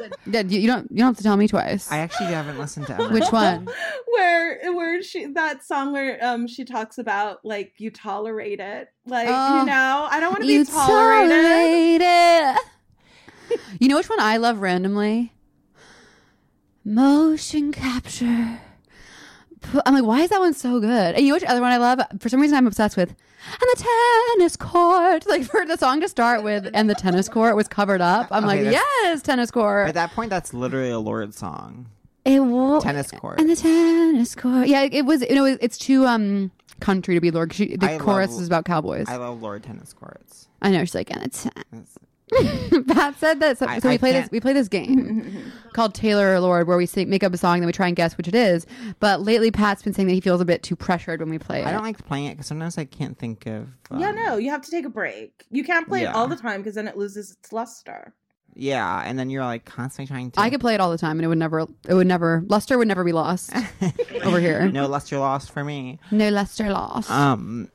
S4: <laughs>
S3: Yeah, you, you don't. You don't have to tell me twice.
S2: I actually haven't listened
S4: <laughs>
S2: to Emma.
S3: Which one?
S4: where where she that song where um she talks about like you tolerate it, like
S3: Oh.
S4: you know, I don't want to
S3: you
S4: be tolerated.
S3: tolerate it. you know which one I love randomly? Motion capture. P- I'm like, why is that one so good? And you know which other one I love? For some reason, I'm obsessed with. And the tennis court. <laughs> Like for the song to start with, and the tennis court was covered up. I'm
S2: Okay,
S3: like,
S2: that's-
S3: yes, tennis court.
S2: At that point, that's literally a Lord song.
S3: it
S4: Oh,
S3: will.
S2: Tennis court.
S3: And the tennis court. Yeah, it was. You know, it- it's too um country to be Lord. 'cause She, the
S2: I
S3: chorus
S2: love-
S3: is about cowboys.
S2: I
S3: I,
S2: love Lord tennis courts.
S3: know. She's like, and the ten-
S2: That's-
S3: <laughs> Pat said that. So,
S2: I-
S3: so we
S2: I
S3: play this.
S2: can't-
S3: We play this
S2: <laughs>
S3: game called Taylor or Lord, where we sing, make up a song, then we try and guess which it is. But lately, Pat's been saying that he feels a bit too pressured when we play it.
S2: I don't like playing it because sometimes I can't think of. Um,
S4: Yeah, no, you have to take a break. You can't play
S2: Yeah.
S4: it all the time because then it loses its luster.
S2: Yeah, and then you're like constantly trying to.
S3: I could play it all the time, and it would never. It would never. Luster would never be
S2: <laughs>
S3: lost <laughs> over here.
S2: no luster lost for me.
S3: No luster lost.
S2: Um,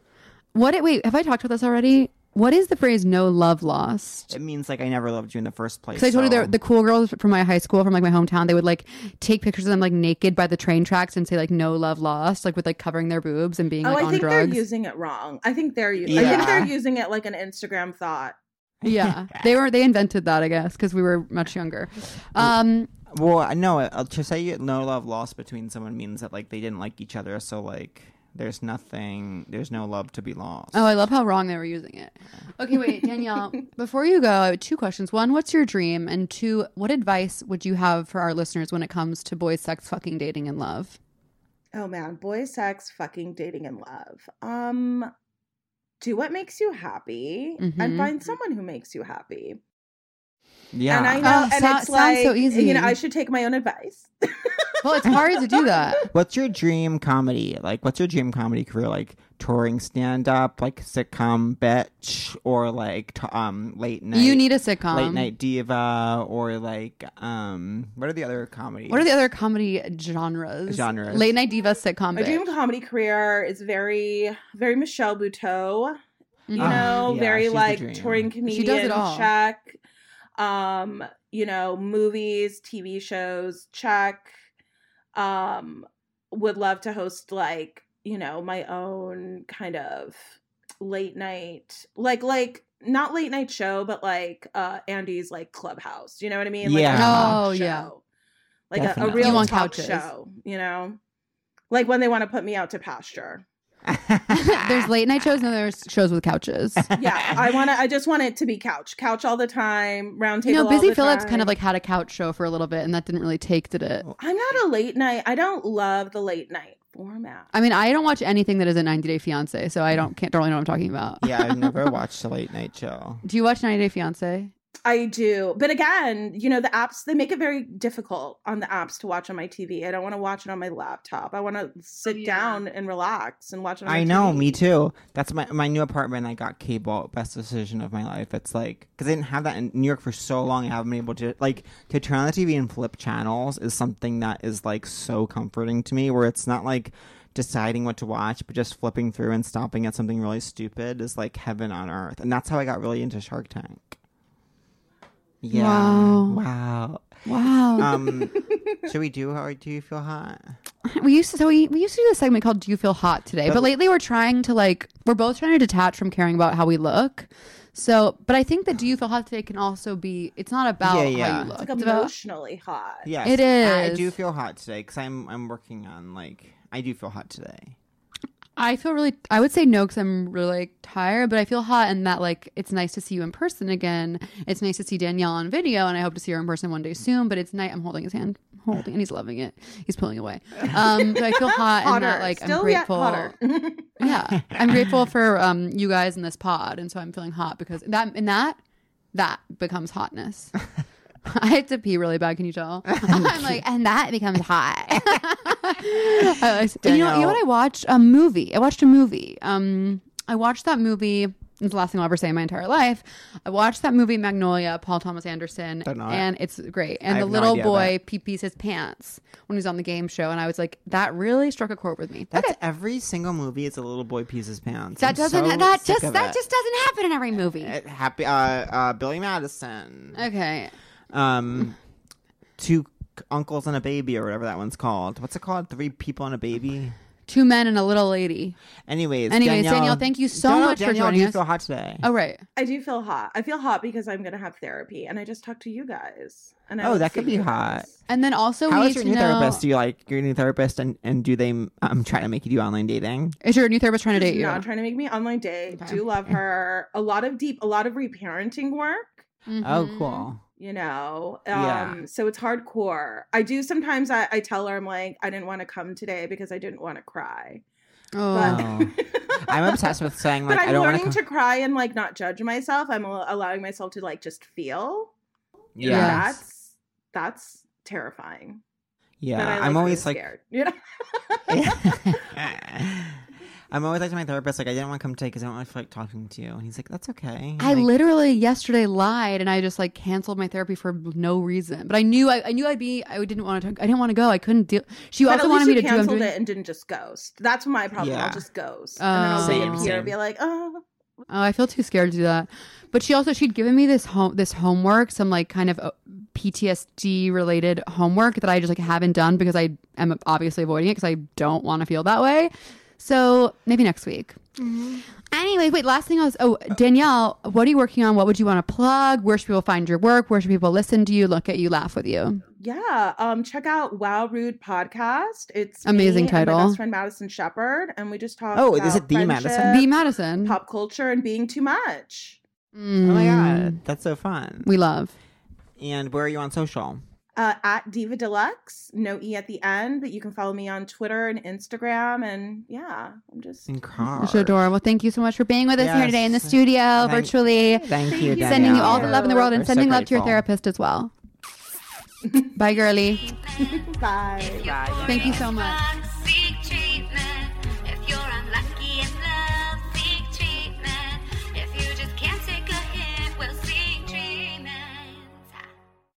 S3: what? It, wait, have I talked about this already? What is the phrase "no love lost"?
S2: it means like I never loved you in the first place.
S3: Because I told you
S2: so-
S3: the, the cool girls from my high school, from like my hometown, they would like take pictures of them like naked by the train tracks and say like "No love lost," like with like covering their boobs and being
S4: Oh,
S3: like
S4: I
S3: on
S4: think
S3: drugs.
S4: they're using it wrong. I think they're using. I
S2: Yeah.
S4: think they're using it like an Instagram thought.
S2: <laughs>
S3: yeah, they were they invented that, I guess, because we were much younger. Um,
S2: well, no, uh, to say you no love lost between someone means that like they didn't like each other, so like there's nothing, there's no love to be lost.
S3: oh, I love how wrong they were using it. Okay, wait,
S2: <laughs>
S3: Danielle, before you go, I have two questions. One, what's your dream? And two, what advice would you have for our listeners when it comes to boys, sex, fucking, dating, and love?
S4: Oh man, boy sex, fucking dating and love. Um do what makes you happy
S3: Mhm.
S4: and find someone who makes you happy.
S2: yeah, Uh,
S4: And I know
S3: Oh,
S4: and
S3: so- sounds
S4: it's
S3: so
S4: like
S3: easy.
S4: you know, I should take my own advice.
S3: Well, it's hard to do that.
S2: What's your dream comedy? Like, what's your dream comedy career? Like touring stand up, like sitcom bitch, or like t- um late <laughs> night.
S3: you need a sitcom.
S2: late night diva, or like um what are the other comedies?
S3: What are the other comedy genres?
S2: Genres.
S3: Late night diva sitcom.
S4: My
S3: bitch.
S4: dream comedy career is very very Michelle Buteau, you
S3: Mhm.
S2: Ah,
S4: know,
S2: yeah,
S4: very
S2: she's the
S4: like
S2: dream.
S4: touring comedian
S3: She does it all.
S4: check. Um, you know, movies, TV shows, check. Um, would love to host like, you know, my own kind of late night like like not late night show, but like uh Andy's like clubhouse. You know what I mean? Like
S2: Yeah.
S4: a talk
S3: Oh, yeah.
S4: show. Like a- a,
S2: Definitely.
S4: real
S3: You want
S4: talk
S3: couches.
S4: show, you know? Like when they want to put me out to pasture.
S3: <laughs>
S2: <laughs>
S3: <laughs> there's late night shows and then there's shows with
S4: <laughs>
S3: couches. <laughs>
S4: yeah i want to i just want it to be couch couch all the time round
S3: you
S4: table
S3: know,
S4: all
S3: Busy
S4: the
S3: Phillips kind
S4: time.
S3: of like had a couch show for a little bit, and that didn't really take, did it?
S4: i'm not a late night i don't love the late night format
S3: I mean, I don't watch anything that isn't 90 Day Fiance, so I don't can't don't really know what I'm talking about.
S2: Yeah, I've never watched a late night show.
S3: Do you watch 90 Day Fiance?
S4: i do but again you know the apps they make it very difficult on the apps to watch on my tv i don't want to watch it on my laptop i want
S3: Oh,
S4: to sit down and relax and watch it on my
S2: I know,
S4: TV.
S2: me too. That's my my new apartment. I got cable. Best decision of my life. It's like because I didn't have that in New York for so long. I haven't been able to like to turn on the TV and flip channels is something that is like so comforting to me. Where it's not like deciding what to watch, but just flipping through and stopping at something really stupid is like heaven on earth. And that's how I got really into Shark Tank. Yeah.
S3: Wow.
S2: Wow.
S3: Wow.
S2: Um, <laughs> should we do how do you feel hot?
S3: <laughs> we used to so we, we used to do this segment called Do You Feel Hot Today? But, lately we're trying to like we're both trying to detach from caring about how we look. So but I think that Do You Feel Hot Today can also be it's not about
S2: Yeah,
S3: how
S2: yeah.
S3: you look.
S4: It's like
S3: It's about
S4: emotionally hot.
S2: Yes,
S3: It
S2: I- I do
S3: is.
S2: feel hot today because I'm I'm working on like I do feel hot today.
S3: I feel really, I would say no because I'm really like, tired, but I feel hot and that like it's nice to see you in person again. It's nice to see Danielle on video and I hope to see her in person one day soon, but it's night. I'm holding his hand, holding, and he's loving it. He's pulling away. Um, so I feel hot and that like I'm
S4: Still yet
S3: grateful.
S4: hotter.
S3: <laughs> yeah. I'm grateful for um, you guys in this pod. And so I'm feeling hot because that, and that, that becomes hotness. <laughs> I have to pee really bad. Can you tell?
S4: <laughs>
S3: I'm like, and that becomes hot. <laughs> I always- and you know, you know what I watched? A movie. I watched a movie. Um, I watched that movie. It's the last thing I'll ever say in my entire life. I watched that movie Magnolia, Paul Thomas Anderson,
S2: Don't know it.
S3: and it's great.
S2: I
S3: And the
S2: have no
S3: little
S2: idea
S3: boy pee pees his pants when he's on the game show, and I was like, that really struck a chord with me.
S2: That's every single movie. It's a little boy pees his pants.
S3: That
S2: I'm
S3: doesn't.
S2: so
S3: that
S2: sick
S3: just.
S2: of
S3: That
S2: it.
S3: just doesn't happen in every movie.
S2: It happy. Uh, uh, Billy Madison.
S3: Okay.
S2: Um, two c- uncles and a baby, or whatever that one's called. What's it called? Three people and a baby.
S3: Two men and a little lady.
S2: Anyways,
S3: Anyways,
S2: Danielle,
S3: Danielle, thank you so
S2: Danielle,
S3: much for
S2: Danielle,
S3: joining
S2: do you
S3: us.
S2: feel hot today?
S3: Oh right.
S4: I do feel hot. I feel hot because I'm gonna have therapy, and I just talked to you guys. And I
S2: Oh,
S4: love
S2: that could
S4: seeing
S2: be
S4: you guys.
S2: hot.
S3: And then also
S2: How
S3: we need
S2: is your
S3: to
S2: new
S3: know.
S2: therapist? Do you like your new therapist, and, and do they um try to make you do online dating?
S3: Is your new therapist trying to date
S4: She's
S3: you?
S4: Not trying to make me online date.
S3: Okay.
S4: Do love her. A lot of deep, a lot of reparenting work.
S2: Oh,
S3: Mhm.
S2: cool.
S4: You know, um,
S2: Yeah.
S4: so it's hardcore. I do sometimes. I, I tell her I'm like, I didn't want to come today because I didn't want to cry.
S3: Oh.
S2: Oh. I'm obsessed with saying like
S4: but
S2: I
S4: I'm
S2: don't want
S4: learning to cry and like not judge myself. I'm al- allowing myself to like just feel.
S2: Yeah,
S4: And
S3: Yeah.
S4: that's that's terrifying.
S2: yeah.
S4: But I, like,
S2: I'm
S4: really
S2: always like
S4: scared. <laughs> You know,
S2: <laughs> I'm always like to my therapist, like I didn't want to come today because I don't want to feel like talking to you, and he's like, "That's okay."
S3: I
S2: like,
S3: literally yesterday lied and I just like canceled my therapy for no reason. But I knew I, I knew I'd be I didn't want to I didn't want to go. I couldn't deal. She
S4: <laughs> but at
S3: also
S4: least
S3: wanted
S4: you
S3: me to do. I'm
S4: canceled
S3: doing-
S4: it and didn't just ghost. That's my problem.
S2: Yeah. Uh,
S4: I'll just ghost, and then I'll
S3: Oh.
S2: Same,
S4: reappear
S2: same.
S4: and be like, oh,
S3: Oh, I feel too scared to do that. But she also she'd given me this home this homework, some like kind of uh, PTSD related homework that I just like haven't done because I am obviously avoiding it because I don't want to feel that way. So maybe next week.
S2: Mm-hmm.
S3: Anyway, wait. Last thing I was. Oh, Danielle, what are you working on? What would you want to plug? Where should people find your work? Where should people listen to you, look at you, laugh with you?
S4: Yeah, um, check out Wow Rude podcast. It's
S3: Amazing
S4: me and my
S3: title.
S4: best friend Madison Shepard, and we just talk.
S2: Oh,
S4: about
S2: is it the Madison?
S4: friendship,
S3: Be Madison.
S4: Pop culture and being too much.
S2: "Oh my
S3: Mm,
S2: god, that's so fun!"
S3: We love.
S2: And where are you on social?
S4: Uh, at Diva Deluxe, no e at the end, but you can follow me on Twitter and Instagram, and yeah, I'm just
S2: In car.
S3: It's adorable. Thank you so much for being with us here today in the
S2: Yes.
S3: studio,
S2: Thank-
S3: virtually.
S2: Thank
S4: Thank
S2: you,
S4: you.
S2: Danielle.
S3: sending you all the love in the world and
S2: We're so
S3: sending love to your
S2: grateful.
S3: therapist as well. Bye, girly.
S4: bye.
S3: Thank you so much.